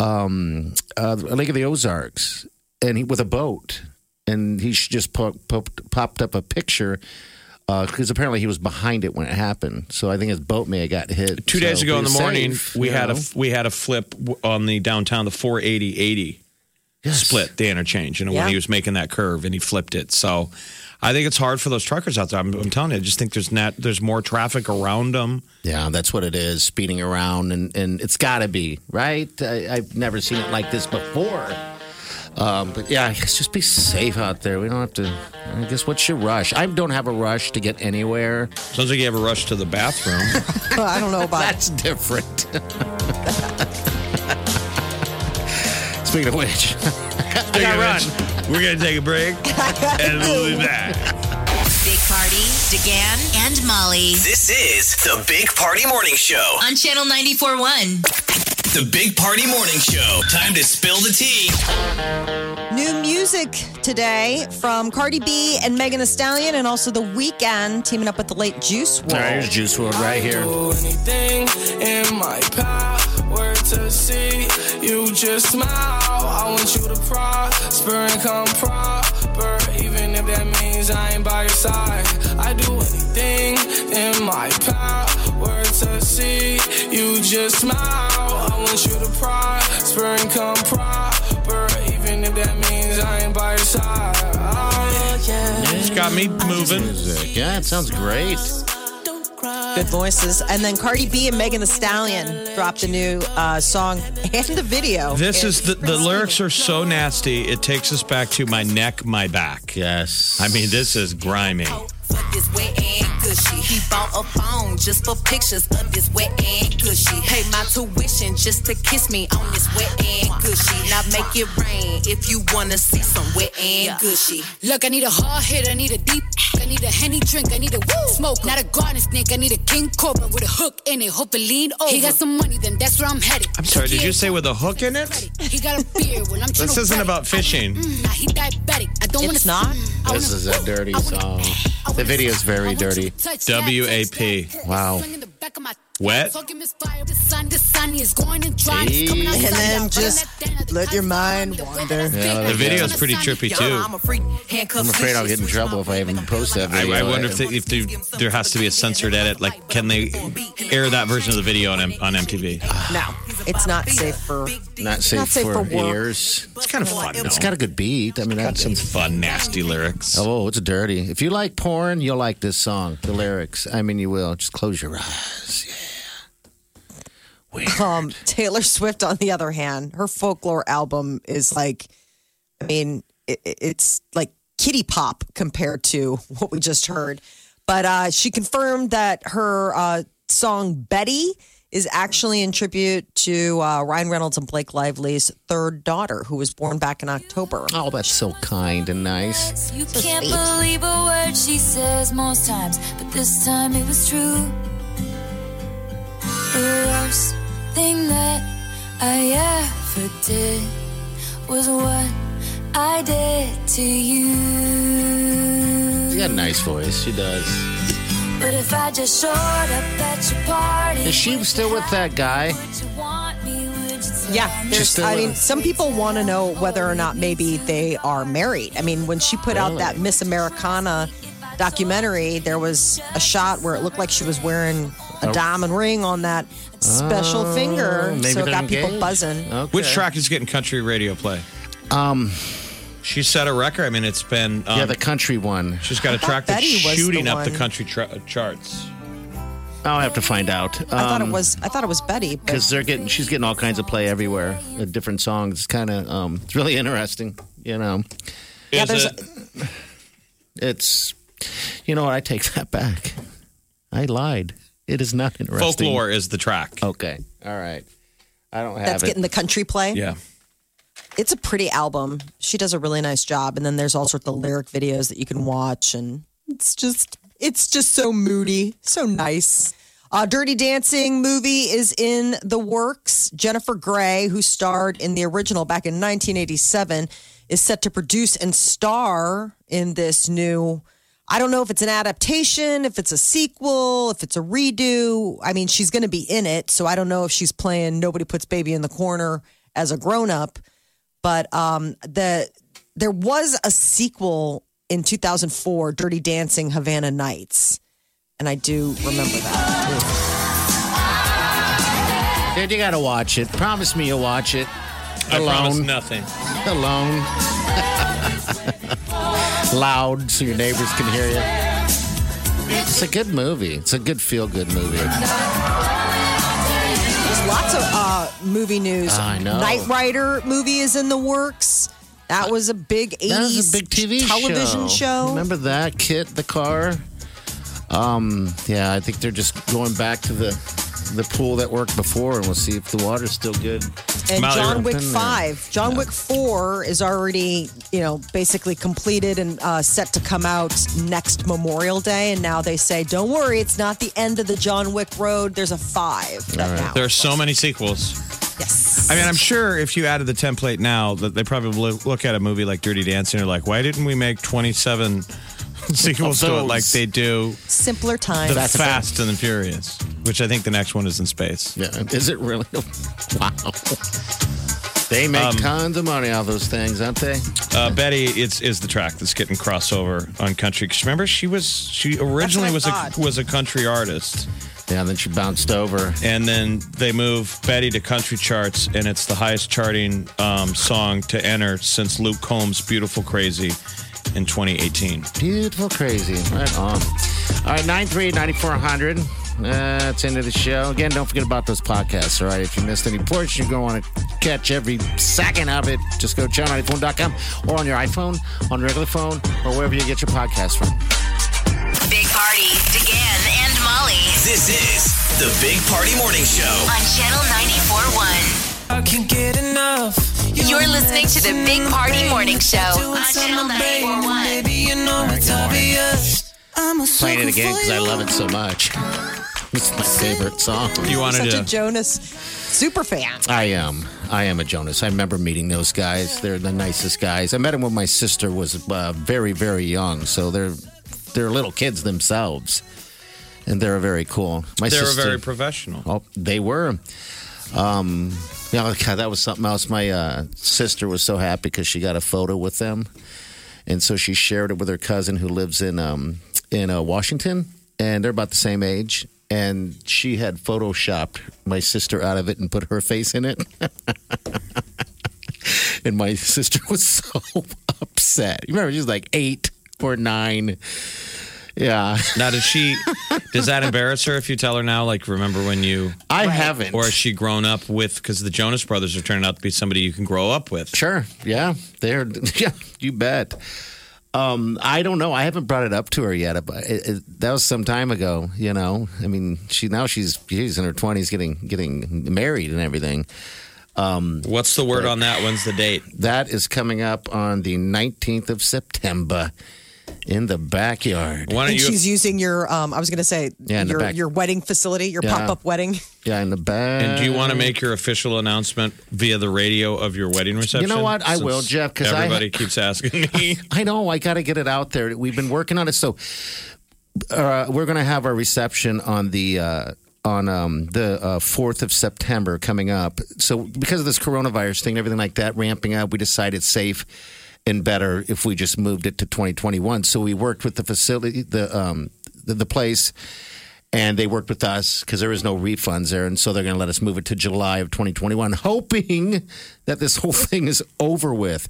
Speaker 4: um, uh, Lake of the Ozarks, and he with a boat, and he sh- just po- po- popped up a picture because apparently he was behind it when it happened. So I think his boat may have got hit.
Speaker 5: Two days
Speaker 4: So
Speaker 5: ago in
Speaker 4: we
Speaker 5: the
Speaker 4: were
Speaker 5: morning,
Speaker 4: safe,
Speaker 5: we
Speaker 4: you
Speaker 5: had a
Speaker 4: know?
Speaker 5: we had a flip w- on the downtown, the 480 80 split, the interchange. You know, when
Speaker 4: Yeah.
Speaker 5: he was making that curve and he flipped it. So I think it's hard for those truckers out there. I'm, I'm telling you, I just think there's not there's more traffic around them.
Speaker 4: Yeah, that's what it is. Speeding around, and and it's got to be right. I, I've never seen it like this before. Um, but yeah, I guess just be safe out there. We don't have to. I guess what's your rush? I don't have a rush to get anywhere.
Speaker 5: Sounds like you have a rush to the bathroom.
Speaker 3: I don't know about
Speaker 4: that's different. Speaking of which,
Speaker 5: I gotta run. We're gonna take a break and we'll be back.
Speaker 2: Big Party, DeGan, and Molly.
Speaker 1: This is the Big Party Morning Show.
Speaker 2: On Channel 94.1.
Speaker 1: The Big Party Morning Show. Time to spill the tea.
Speaker 3: New music today from Cardi B and Megan Thee Stallion, and also The Weeknd teaming up with the late Juice WRLD.
Speaker 4: All right, here's Juice World right here.
Speaker 6: anything in my power to see you just smile. I want you to prosper and come proper, even if that means I ain't by your side. I do anything in my power to see you just smile. I want you to prosper and come proper, even if that means I ain't by your side.
Speaker 5: It's got me moving.
Speaker 4: Yeah, it sounds great.
Speaker 3: Good voices. And then Cardi B and Megan Thee Stallion dropped a new uh, song and a video.
Speaker 5: This is the, the lyrics are so nasty. It takes us back to my neck, my back.
Speaker 4: Yes.
Speaker 5: I mean, this is grimy.
Speaker 8: Fuck this wet and gushy. He bought a phone just for pictures of this wet and gushy. Pay my tuition just to kiss me on this wet and gushy. Now make it rain if you wanna see some wet and gushy.
Speaker 13: Look, I need a hard hit, I need a deep, I need a henny drink, I need a woo smoke, not a garden snake, I need a king cobra with a hook in it, hope it lean over. He got some money, then that's where I'm headed.
Speaker 5: I'm sorry, did you say with a hook in it?
Speaker 13: He got a beard, well I'm trying
Speaker 5: This
Speaker 13: to
Speaker 5: isn't
Speaker 13: wet it.
Speaker 5: about fishing.
Speaker 13: Mm, Nah, he diabetic. I don't want to not.
Speaker 4: This is a dirty song. The video's very dirty.
Speaker 5: WAP.
Speaker 4: Wow. Wet.
Speaker 13: Talking is fire, the sun, the sun is going and dry. It's coming
Speaker 3: And
Speaker 13: outside.
Speaker 3: then just let your mind wander.
Speaker 4: Yeah,
Speaker 5: The video's pretty trippy too.
Speaker 4: I'm afraid I'll get in trouble if I even post that
Speaker 5: I,
Speaker 4: video.
Speaker 5: I wonder if, they, if there, there has to be a censored edit. Like, can they air that version of the video on, M- on MTV?
Speaker 3: No, it's not safe for
Speaker 4: not safe,
Speaker 3: not safe
Speaker 4: for,
Speaker 3: for work.
Speaker 4: ears.
Speaker 5: It's kind of fun.
Speaker 4: It's got a good beat. I mean, that's
Speaker 5: some fun, nasty lyrics.
Speaker 4: Oh, it's dirty. If you like porn, you'll like this song. The lyrics. I mean, you will. Just close your eyes.
Speaker 3: Um, Taylor Swift, on the other hand, her folklore album is like, I mean, it, it's like kitty pop compared to what we just heard. But uh, she confirmed that her uh, song Betty is actually in tribute to uh, Ryan Reynolds and Blake Lively's third daughter, who was born back in October.
Speaker 4: Oh, that's so kind and nice.
Speaker 14: You can't believe a word she says most times, but this time it was true. The worst thing that I ever did was what I did to you.
Speaker 4: She got a nice voice. She does.
Speaker 14: But if I just showed up at your party,
Speaker 4: Is she still with that guy?
Speaker 3: Yeah,
Speaker 4: Just a
Speaker 3: there's, I
Speaker 4: little-
Speaker 3: mean, some people want to know whether or not maybe they are married. I mean, when she put out that Miss Americana documentary, there was a shot where it looked like she was wearing a
Speaker 5: Oh.
Speaker 3: diamond ring on that special
Speaker 4: Oh,
Speaker 3: finger,
Speaker 5: maybe
Speaker 3: so it
Speaker 5: they're
Speaker 3: got people
Speaker 5: engaged.
Speaker 3: buzzing.
Speaker 5: Which track is getting country radio play?
Speaker 4: Um,
Speaker 5: she set a record. I mean, it's been um,
Speaker 4: yeah, the country one.
Speaker 5: She's got a track that's
Speaker 3: Betty was the
Speaker 5: shooting up the
Speaker 3: one.
Speaker 5: country tra- uh, charts.
Speaker 4: I'll have to find out. Um,
Speaker 3: I thought it was. I thought it was Betty. But
Speaker 4: because they're getting. She's getting all kinds of play everywhere. Uh, different songs. It's kind of. Um, it's really interesting. You know.
Speaker 3: yeah, there's.
Speaker 4: It's. You know what? I take that back. I lied. It is not interesting.
Speaker 5: Folklore is the track.
Speaker 4: Okay. All right. I don't have
Speaker 3: That's
Speaker 4: it.
Speaker 3: getting the country play.
Speaker 5: Yeah.
Speaker 3: It's a pretty album. She does a really nice job, and then there's all sorts of lyric videos that you can watch, and it's just it's just so moody, so nice. Uh, Dirty Dancing movie is in the works. Jennifer Grey, who starred in the original back in 1987, is set to produce and star in this new. I don't know if it's an adaptation, if it's a sequel, if it's a redo. I mean, she's going to be in it, so I don't know if she's playing Nobody Puts Baby in the Corner as a grown up. But um, the there was a sequel in 2004, Dirty Dancing Havana Nights, and I do remember that.
Speaker 4: Dude, you gotta watch it. Promise me you'll watch it.
Speaker 5: I promise
Speaker 4: Alone.
Speaker 5: nothing.
Speaker 4: Alone. Loud so your neighbors can hear you. It's a good movie. It's a good feel good movie.
Speaker 3: There's lots of uh, movie news.
Speaker 4: I know.
Speaker 3: Knight Rider movie is in the works. That was a big 80s
Speaker 4: That was a big TV
Speaker 3: television show.
Speaker 4: Remember that? Kit, the car. Um, yeah, I think they're just going back to the the pool that worked before and we'll see if the water's still good.
Speaker 3: And John Wick
Speaker 4: Something there.
Speaker 3: 5. John Wick 4 is already, you know, basically completed and uh, set to come out next Memorial Day. And now they say, don't worry, it's not the end of the John Wick road. There's a 5 that now.
Speaker 5: There are so many sequels.
Speaker 3: Yes.
Speaker 5: I mean, I'm sure if you added the template now, that they probably lo- look at a movie like Dirty Dancing and are like, why didn't we make 27 sequels to it
Speaker 4: Those.
Speaker 5: like they do
Speaker 3: Simpler
Speaker 5: the
Speaker 3: times.
Speaker 5: Fast and the Furious, which I think the next one is in space.
Speaker 4: Yeah, is it really? Wow. They make
Speaker 5: Um,
Speaker 4: tons of money off those things, aren't they?
Speaker 5: Uh, Betty, it's is the track that's getting crossover on country. 'Cause remember, she was she originally was
Speaker 4: That's what I
Speaker 5: a was a country artist.
Speaker 4: Yeah, and then she bounced over,
Speaker 5: and then they move Betty to country charts, and it's the highest charting um, song to enter since Luke Combs' "Beautiful Crazy" in 2018.
Speaker 4: Beautiful crazy. Right on. All right, 93-9400. Uh, that's the end of the show. Again, don't forget about those podcasts, all right? If you missed any portion, you're going to want to catch every second of it. Just go to channel94.com or on your iPhone, on your regular phone, or wherever you get your podcast from.
Speaker 2: Big Party, DeGan and Molly
Speaker 1: This is the Big Party Morning Show.
Speaker 2: on Channel 94.1.
Speaker 6: I can get enough.
Speaker 2: You're listening to the Big Party Morning Show on Channel 94.1.
Speaker 6: Maybe you know it's obvious. I'm a
Speaker 4: Playing it again because I love it so much. It's my favorite song.
Speaker 5: You
Speaker 3: Such a Jonas super fan.
Speaker 4: I am. I am a Jonas. I remember meeting those guys. They're the nicest guys. I met them when my sister was uh, very, very young. So they're they're little kids themselves, and they're very cool. My
Speaker 5: they
Speaker 4: sister,
Speaker 5: were very professional.
Speaker 4: Oh, they were. Um, yeah, God, that was something else. My uh, sister was so happy because she got a photo with them, and so she shared it with her cousin who lives in um, in uh, Washington, and they're about the same age. And she had photoshopped my sister out of it and put her face in it. and my sister was so upset. You remember, she was like eight or nine. Yeah.
Speaker 5: Now, does she? does that embarrass her if you tell her now? Like, remember when you?
Speaker 4: I haven't.
Speaker 5: Or has she grown up with? Because the Jonas Brothers are turning out to be somebody you can grow up with.
Speaker 4: Sure. Yeah. They're yeah. You bet. Um, I don't know. I haven't brought it up to her yet, but it, it, that was some time ago. You know, I mean, she now she's she's in her twenties, getting getting married and everything. Um,
Speaker 5: What's the word on that? When's the date?
Speaker 4: That is coming up on the nineteenth of September in the backyard.
Speaker 5: Why
Speaker 3: and she's using your, um, I was going to say,
Speaker 4: Yeah, in the
Speaker 3: your,
Speaker 4: back.
Speaker 3: your wedding facility, your
Speaker 4: Yeah.
Speaker 3: pop up wedding.
Speaker 4: yeah, in the back.
Speaker 5: And do you want to make your official announcement via the radio of your wedding reception?
Speaker 4: know what? I
Speaker 5: Since
Speaker 4: will, Jeff, 'cause I-
Speaker 5: everybody keeps asking me.
Speaker 4: I know. I got to get it out there. We've been working on it, so uh, we're going to have our reception on the uh, on um, the fourth of September coming up. So because of this coronavirus thing and everything like that ramping up, we decided it's safe and better if we just moved it to 2021. So we worked with the facility, the um, the, the place. And they worked with us because there is no refunds there. And so they're going to let us move it to July of 2021, hoping that this whole thing is over with.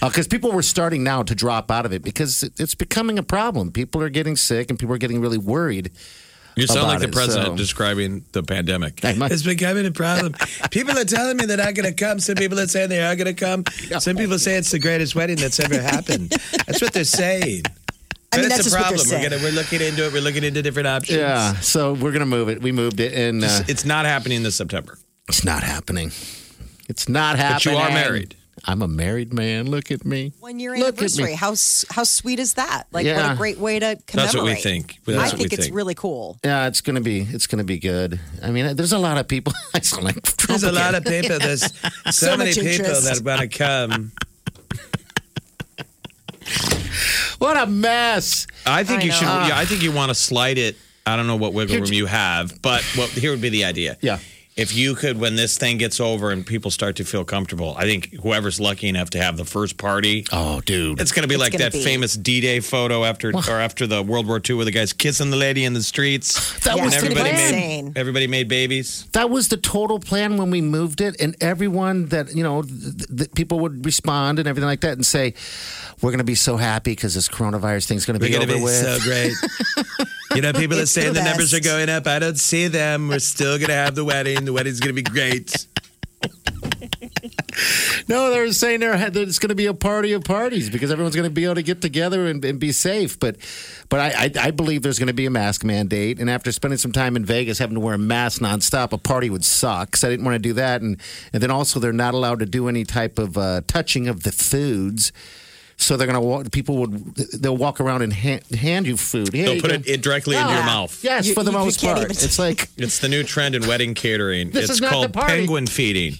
Speaker 4: Because people were starting now to drop out of it because it- it's becoming a problem. People are getting sick and people are getting really worried.
Speaker 5: You sound like
Speaker 4: about
Speaker 5: the
Speaker 4: it,
Speaker 5: president
Speaker 4: so-
Speaker 5: describing the pandemic.
Speaker 4: It's
Speaker 15: becoming a problem. people are telling me they're not going to come. Some people are saying they are going to come. Some people say it's the greatest wedding that's ever happened. That's what they're saying.
Speaker 3: I mean,
Speaker 15: but
Speaker 3: that's
Speaker 15: it's a
Speaker 3: just what
Speaker 15: problem.
Speaker 3: they're
Speaker 15: we're, gonna, we're looking into it. We're looking into different options.
Speaker 4: Yeah. So we're going to move it. We moved it. And uh,
Speaker 5: It's not happening this
Speaker 4: Oh,
Speaker 5: September.
Speaker 4: it's not happening. It's not happening.
Speaker 5: But you are married.
Speaker 4: I'm a married man. Look at me.
Speaker 3: One year
Speaker 4: Look at
Speaker 3: anniversary.
Speaker 4: me.
Speaker 3: How s- how sweet is that? Like, what
Speaker 4: Yeah.
Speaker 3: a great way to commemorate.
Speaker 4: That's what we think.
Speaker 3: I
Speaker 4: That's what we
Speaker 3: think it's
Speaker 4: think.
Speaker 3: really cool.
Speaker 4: Yeah, it's gonna be it's gonna be good. I mean, there's a lot of people. I sound like Trump
Speaker 15: There's a lot
Speaker 4: again.
Speaker 15: of people. There's so,
Speaker 4: So
Speaker 15: many
Speaker 4: much
Speaker 15: people
Speaker 4: interest.
Speaker 15: that want to come.
Speaker 4: What a mess!
Speaker 5: I think
Speaker 4: I
Speaker 5: you should.
Speaker 4: know.
Speaker 5: Yeah, I think you want to slide it. I don't know what wiggle
Speaker 4: Here-
Speaker 5: room you have, but well, here would be the idea.
Speaker 4: Yeah.
Speaker 5: if you could, when this thing gets over and people start to feel comfortable, I think whoever's lucky enough to have the first party.
Speaker 4: Oh, dude.
Speaker 5: It's going to be
Speaker 4: It's
Speaker 5: like
Speaker 4: gonna
Speaker 5: that
Speaker 4: be-
Speaker 5: famous D Day photo after or after the World War II where the guy's kissing the lady in the streets.
Speaker 4: That
Speaker 5: And
Speaker 4: was the
Speaker 5: everybody
Speaker 4: plan.
Speaker 5: made, everybody made babies.
Speaker 4: That was the total plan when we moved it, and everyone that you know, th- th- people would respond and everything like that, and say, "We're going to be so happy because this coronavirus thing's going to
Speaker 15: We're
Speaker 4: be
Speaker 15: going
Speaker 4: over
Speaker 15: to be so
Speaker 4: with."
Speaker 15: great. You know, people are
Speaker 4: It's
Speaker 15: saying
Speaker 4: the
Speaker 15: the, numbers are
Speaker 4: best.
Speaker 15: going up. I don't see them. We're still going to have the wedding. The wedding's going to be great.
Speaker 4: No, they were saying there had- that it's going to be a party of parties because everyone's going to be able to get together and, and be safe. But, but I, I, I believe there's going to be a mask mandate. And after spending some time in Vegas having to wear a mask nonstop, a party would suck. 'cause I didn't want to do that. And and then also they're not allowed to do any type of uh, touching of the foods. So they're going to walk. People would they'll walk around and hand, hand you food. Here
Speaker 5: They'll
Speaker 4: you
Speaker 5: put
Speaker 4: go.
Speaker 5: it, it directly into your
Speaker 4: Yeah.
Speaker 5: mouth.
Speaker 4: Yes, for the most part. It's like
Speaker 5: It's the new trend in wedding catering.
Speaker 4: This
Speaker 5: it's
Speaker 4: is not the
Speaker 5: called
Speaker 4: party.
Speaker 5: penguin feeding.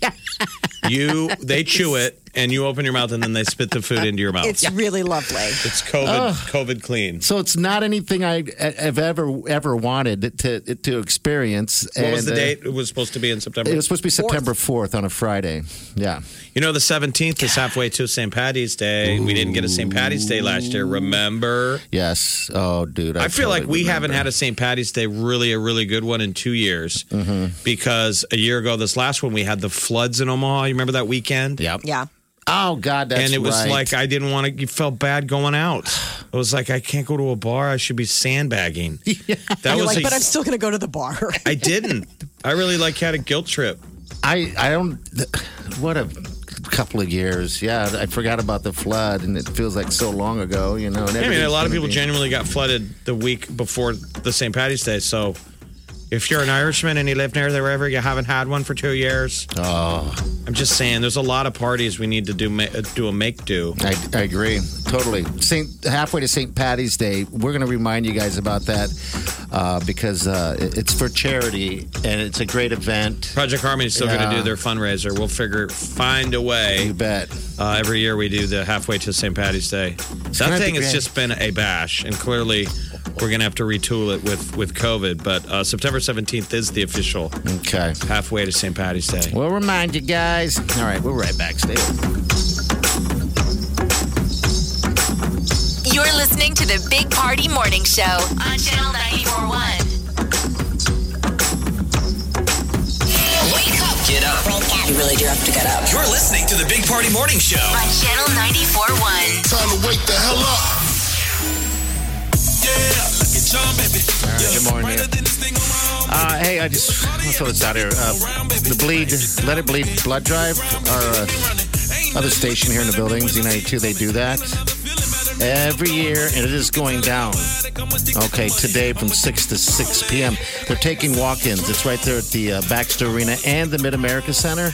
Speaker 5: you they chew it and you open your mouth and then they spit the food into your
Speaker 4: Oh,
Speaker 5: mouth.
Speaker 3: It's really lovely.
Speaker 5: It's COVID
Speaker 4: Ugh.
Speaker 5: COVID clean.
Speaker 4: so it's not anything I have ever ever wanted to to experience.
Speaker 5: What was
Speaker 4: And,
Speaker 5: the
Speaker 4: uh,
Speaker 5: date? It was supposed to be in September.
Speaker 4: It was supposed to be September 4th on a Friday. Yeah.
Speaker 5: You know, the 17th is halfway to St. Patty's Day. We didn't get a St. Patty's Day last year, remember?
Speaker 4: Yes. Oh, dude.
Speaker 5: I, feel like we haven't had a St. Patty's Day, really a really good one in two years
Speaker 4: Mm-hmm.
Speaker 5: because a year ago, this last one, we had the floods in Omaha. You remember that weekend?
Speaker 4: Yep.
Speaker 3: Yeah.
Speaker 4: Oh, God, that's
Speaker 5: and it was
Speaker 4: right.
Speaker 5: like I didn't want to. You felt bad going out. It was like I can't go to a bar. I should be sandbagging. That
Speaker 3: You're
Speaker 5: was.
Speaker 3: like,
Speaker 5: a-
Speaker 3: but I'm still going to go to the bar.
Speaker 5: I didn't. I really like had a guilt trip.
Speaker 4: I I don't. th- What a couple of years. Yeah, I forgot about the flood, and it feels like so long ago. You know. And
Speaker 5: I mean, a
Speaker 4: everything's
Speaker 5: lot of
Speaker 4: gonna
Speaker 5: people
Speaker 4: be-
Speaker 5: genuinely got flooded the week before the St. Patty's Day. So, if you're an Irishman and you live near the river, you haven't had one for two years.
Speaker 4: Oh,
Speaker 5: I'm just saying, there's a lot of parties we need to do ma- uh, do a make do.
Speaker 4: I, I agree totally. Saint halfway to Saint Patty's Day, we're going to remind you guys about that uh, because uh, it- it's for charity and it's a great event.
Speaker 5: Project Harmony's still going to
Speaker 4: Yeah.
Speaker 5: do their fundraiser. We'll figure find a way. You
Speaker 4: bet.
Speaker 5: Uh, every year we do the halfway to St. Patty's Day.
Speaker 4: gonna
Speaker 5: that
Speaker 4: be
Speaker 5: thing has
Speaker 4: great.
Speaker 5: just been a bash, and clearly we're going to have to retool it with with COVID. But uh, September 17th is the official
Speaker 4: okay
Speaker 5: halfway to St. Patty's Day.
Speaker 4: We'll remind you guys. All right, we're right back. Stay.
Speaker 2: You're listening to the Big Party Morning Show on Channel 941. Wake up
Speaker 1: Get up.
Speaker 2: You really do have to get up.
Speaker 1: You're listening to the Big Party Morning Show.
Speaker 2: on Channel 941. Time to wake the hell up.
Speaker 4: All right, good morning. Uh, hey, I just want to throw this out here. Uh, the Bleed, Let It Bleed Blood Drive, our uh, other station here in the buildings, United 2, they do that every year, and it is going down. Okay, today from 6 to 6 p.m. They're taking walk ins. It's right there at the uh, Baxter Arena and the Mid America Center.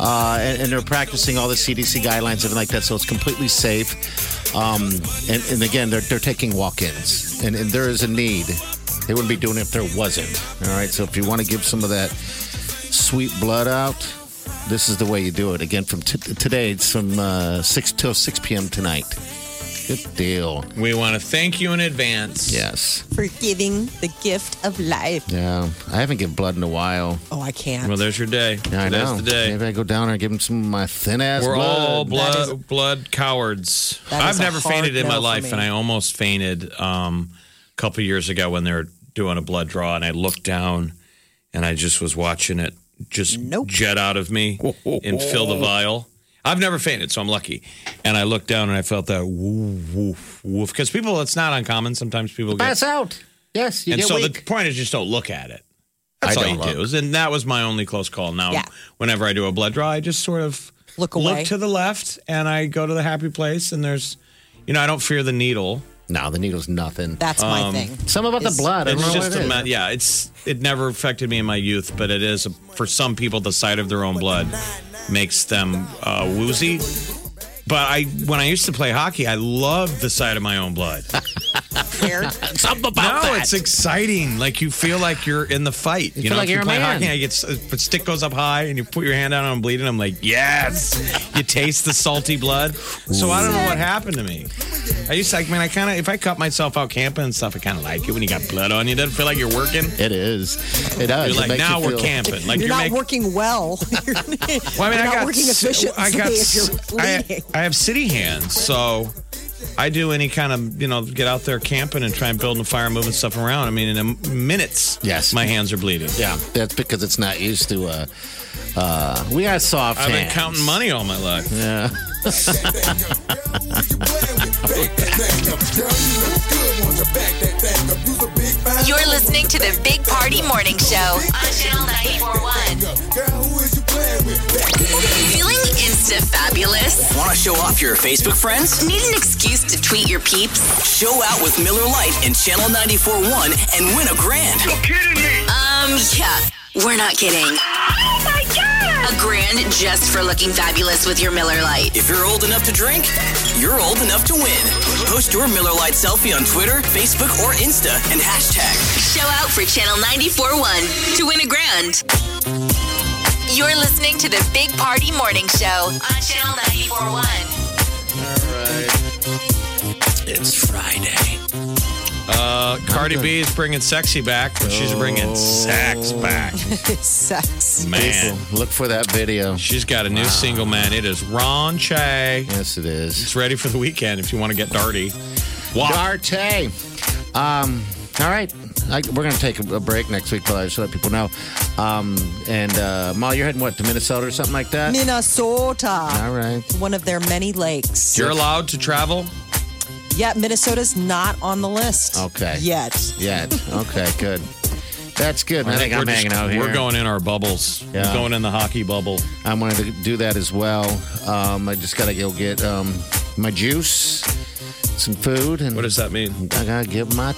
Speaker 4: Uh, and, and they're practicing all the CDC guidelines, everything like that, so it's completely safe. Um, and, and again, they're, they're taking walk ins, and, and there is a need. They wouldn't be doing it if there wasn't. All right, so if you want to give some of that sweet blood out, this is the way you do it. Again, from t- today, it's from uh, 6 till 6 p.m. tonight. Good deal.
Speaker 5: We want to thank you in advance.
Speaker 4: Yes.
Speaker 3: For giving the gift of life.
Speaker 4: Yeah. I haven't given blood in a while.
Speaker 3: Oh, I can't.
Speaker 5: Well, there's your day.
Speaker 4: Yeah, I
Speaker 5: Today's
Speaker 4: know.
Speaker 5: the day.
Speaker 4: Maybe I go down there and give him some of my thin ass
Speaker 5: We're
Speaker 4: blood.
Speaker 5: all blood blood cowards.
Speaker 4: That is
Speaker 5: I've
Speaker 4: a
Speaker 5: never
Speaker 4: hard
Speaker 5: fainted in
Speaker 4: no
Speaker 5: my
Speaker 4: for
Speaker 5: life,
Speaker 4: me.
Speaker 5: and I almost fainted um, a couple years ago when they were doing a blood draw, and I looked down, and I just was watching it just jet out of me and fill the vial. I've never fainted, so I'm lucky. And I looked down and I felt that woof, woof, woof. Because people, it's not uncommon. Sometimes people get
Speaker 4: Pass out. Yes. You
Speaker 5: and
Speaker 4: get
Speaker 5: so
Speaker 4: weak.
Speaker 5: the point is just don't look at it. That's
Speaker 4: I
Speaker 5: all you
Speaker 4: don't
Speaker 5: do. And that was my only close call. Now,
Speaker 4: Yeah.
Speaker 5: whenever I do a blood draw, I just sort of
Speaker 3: look
Speaker 4: away.
Speaker 5: to the left, and I go to the happy place. And there's, you know, I don't fear the needle.
Speaker 4: No, the needle's nothing.
Speaker 3: That's
Speaker 4: my
Speaker 5: um,
Speaker 4: thing. Something about the It's- blood. I
Speaker 5: It's
Speaker 4: don't know
Speaker 5: just
Speaker 4: what it
Speaker 5: a
Speaker 4: is.
Speaker 5: ma- yeah. It's it never affected me in my youth, but it is for some people the sight of their own blood makes them uh, woozy. But I, when I used to play hockey, I loved the sight of my own blood.
Speaker 3: scared.
Speaker 4: Something
Speaker 5: no, it's exciting. Like you feel like you're in the fight. You,
Speaker 4: feel
Speaker 5: know,
Speaker 4: like
Speaker 5: if
Speaker 4: you're
Speaker 5: you
Speaker 4: a
Speaker 5: play
Speaker 4: man.
Speaker 5: hockey, I get but uh, stick goes up high, and you put your hand out on bleeding. I'm like, yes. you taste the salty blood. So I don't know what happened to me. I used to like, man, I kind of if I cut myself out camping and stuff, I kind of like it when you got blood on you. It doesn't feel like you're working.
Speaker 4: It is. It does.
Speaker 5: You're
Speaker 4: It
Speaker 5: like
Speaker 4: makes
Speaker 5: now
Speaker 4: you
Speaker 5: we're
Speaker 4: feel-
Speaker 5: camping. Like
Speaker 3: you're,
Speaker 5: you're,
Speaker 3: not
Speaker 5: making.
Speaker 3: working well. You're,
Speaker 5: Well, I mean,
Speaker 3: you're
Speaker 5: I
Speaker 3: not
Speaker 5: got
Speaker 3: working
Speaker 5: ci-
Speaker 3: efficiently
Speaker 5: I got
Speaker 3: if you're
Speaker 5: ci-
Speaker 3: bleeding.
Speaker 5: I, I have city hands, so I do any kind of you know get out there camping and try and build a fire, moving stuff around. I mean, in a, minutes,
Speaker 4: Yes.
Speaker 5: my hands are bleeding.
Speaker 4: Yeah, that's because it's not used to. Uh, uh, we got soft
Speaker 5: I've been
Speaker 4: hands.
Speaker 5: counting money all my life.
Speaker 4: Yeah.
Speaker 2: You're listening to the Big Party Morning Show on Channel 941. Feeling insta fabulous?
Speaker 16: Want to show off your Facebook friends?
Speaker 2: Need an excuse to tweet your peeps?
Speaker 16: Show out with Miller Lite and Channel 94.1 and win a grand.
Speaker 2: You're kidding me! Um, yeah, we're not kidding. Oh my god! A grand just for looking fabulous with your Miller Lite.
Speaker 16: If you're old enough to drink, you're old enough to win. Post your Miller Lite selfie on Twitter, Facebook, or Insta and hashtag.
Speaker 2: Show out for Channel 94.1 to win a grand. You're listening to the Big Party Morning Show on Channel 94.1.
Speaker 16: It's Friday.
Speaker 5: Uh, Cardi B is bringing sexy back, but she's
Speaker 4: Oh.
Speaker 5: bringing sex back.
Speaker 3: Sex.
Speaker 5: Man,
Speaker 4: look for that video.
Speaker 5: She's got a new single, man. It is Ron Che.
Speaker 4: Yes, it is.
Speaker 5: It's ready for the weekend if you want to get darty.
Speaker 4: Darte. Um, all right. I, we're going to take a, a break next week, but I should let people know. Um, and uh, Ma, you're heading what to Minnesota or something like that.
Speaker 3: Minnesota. All
Speaker 4: right.
Speaker 3: One of their many lakes.
Speaker 5: You're allowed to travel.
Speaker 3: Yeah, Minnesota's not on the list.
Speaker 4: Okay.
Speaker 3: Yet.
Speaker 4: Yet. Okay. Good. That's good. man. I think,
Speaker 5: we're
Speaker 4: I'm
Speaker 5: just-
Speaker 4: hanging out here.
Speaker 5: We're going in our bubbles.
Speaker 4: Yeah.
Speaker 5: We're going in the hockey bubble.
Speaker 4: I wanted to do that as well. Um, I just got to go get um, my juice, some food, and what
Speaker 5: does that mean?
Speaker 4: I gotta get my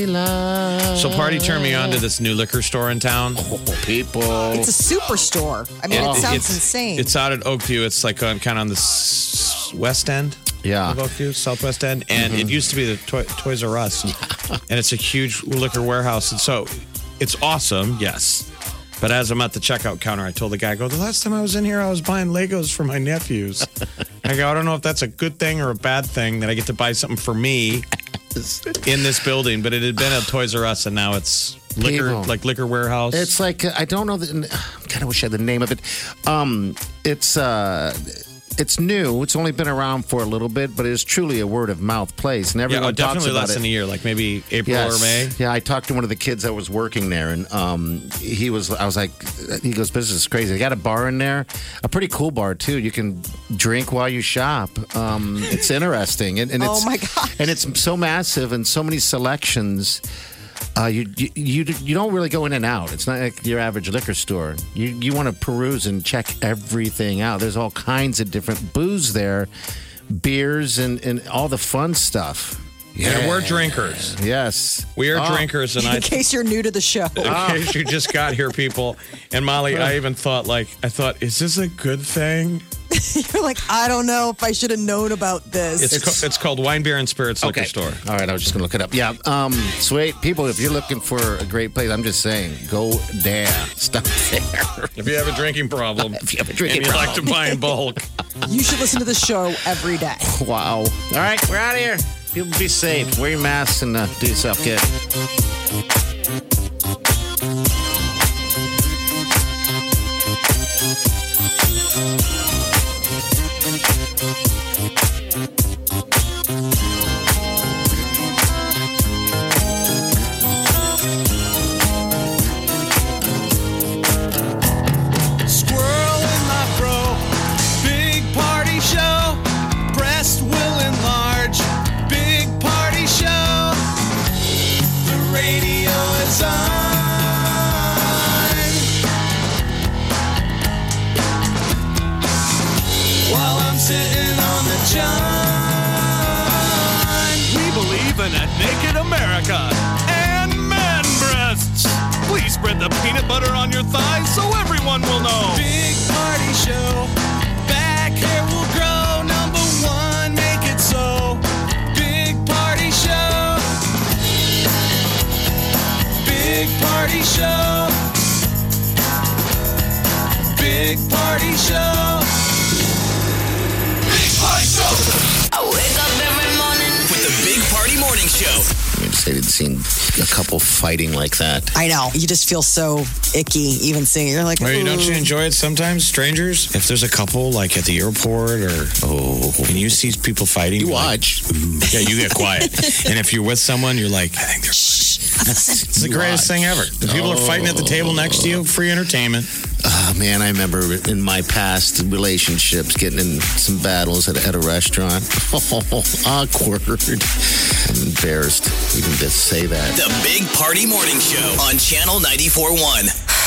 Speaker 4: tequila.
Speaker 5: So, party turned me on to this new liquor store in town.
Speaker 4: people,
Speaker 3: It's a superstore. I mean, it sounds insane.
Speaker 5: It's out at Oakview. It's like on, kind of on the s- west end.
Speaker 4: Yeah, Mm-hmm.
Speaker 5: of Oakview, southwest end, and it used to be the Toy- Toys R Us, and it's a huge liquor warehouse, and so it's awesome. Yes. But as I'm at the checkout counter, I told the guy, I "Go. The last time I was in here, I was buying Legos for my nephews. I go. I don't know if that's a good thing or a bad thing that I get to buy something for me in this building. But it had been a Toys R Us, and now it's liquor,
Speaker 4: People.
Speaker 5: like liquor warehouse.
Speaker 4: It's like uh, I don't know. The, God, I wish I had the name of it. Um, it's uh, it's new. It's only been around for a little bit, but it is truly a word of mouth place, and
Speaker 5: yeah,
Speaker 4: everyone
Speaker 5: oh,
Speaker 4: talks
Speaker 5: definitely
Speaker 4: about
Speaker 5: less
Speaker 4: it.
Speaker 5: than a year, like maybe April or May.
Speaker 4: Yeah, I talked to one of the kids that was working there, and um, he was. I was like, he goes, "This is crazy." They got a bar in there, a pretty cool bar too. You can drink while you shop. Um, it's interesting, and, and
Speaker 3: Oh
Speaker 4: it's,
Speaker 3: my gosh.
Speaker 4: and it's so massive and so many selections. Uh, you, you you you don't really go in and out. It's not like your average liquor store. You you want to peruse and check everything out. There's all kinds of different booze there, beers and and all the fun stuff.
Speaker 5: And we're drinkers.
Speaker 4: Yes.
Speaker 5: We are
Speaker 4: Oh.
Speaker 5: drinkers, and I
Speaker 3: in case you're new to the show.
Speaker 5: in
Speaker 4: Ah.
Speaker 5: case you just got here, people. And Molly, I even thought like I thought, is this a good thing?
Speaker 3: you're like, I don't know if I should have known about this.
Speaker 5: It's it's, it's called Wine, Beer, and Spirits Liquor Store.
Speaker 4: All right, I was just gonna look it up. Yeah, um, sweet people, if you're looking for a great place, I'm just saying, go there. Stop there.
Speaker 5: If you have a drinking problem,
Speaker 4: if you have a drinking
Speaker 5: and you like to
Speaker 4: problem.
Speaker 5: buy in bulk,
Speaker 3: you should listen to the show every day.
Speaker 4: Wow. All right, we're out of here. People, be safe. Wear your masks and uh, do yourself good.
Speaker 17: Squirrel in my fro. Big party show. Breast will enlarge. Big party show. The radio is on. While I'm sitting on the john. We believe in a naked America and man breasts. Please spread the peanut butter on your thighs so everyone will know. Big party show. Back hair will grow. Number one, make it so. Big party show.
Speaker 6: Big Party Show. Big Party Show.
Speaker 2: I wake up every morning.
Speaker 16: With the Big Party Morning Show.
Speaker 4: I'm excited to see a couple fighting like that.
Speaker 3: I know. You just feel so icky even seeing it. You're like,
Speaker 5: Or you don't
Speaker 3: "Ooh."
Speaker 5: you enjoy it sometimes, strangers? If there's a couple like at the airport or oh, and you see people fighting, you watch. yeah, you get quiet. and if you're with someone, you're like, I think they're. It's the
Speaker 4: You
Speaker 5: greatest
Speaker 4: watch.
Speaker 5: thing ever. The people are fighting at the table next to you. Free entertainment.
Speaker 4: Oh, man, I remember in my past relationships getting in some battles at, at a restaurant. Oh, awkward. I'm embarrassed even to say that.
Speaker 16: The Big Party Morning Show on Channel 94.1.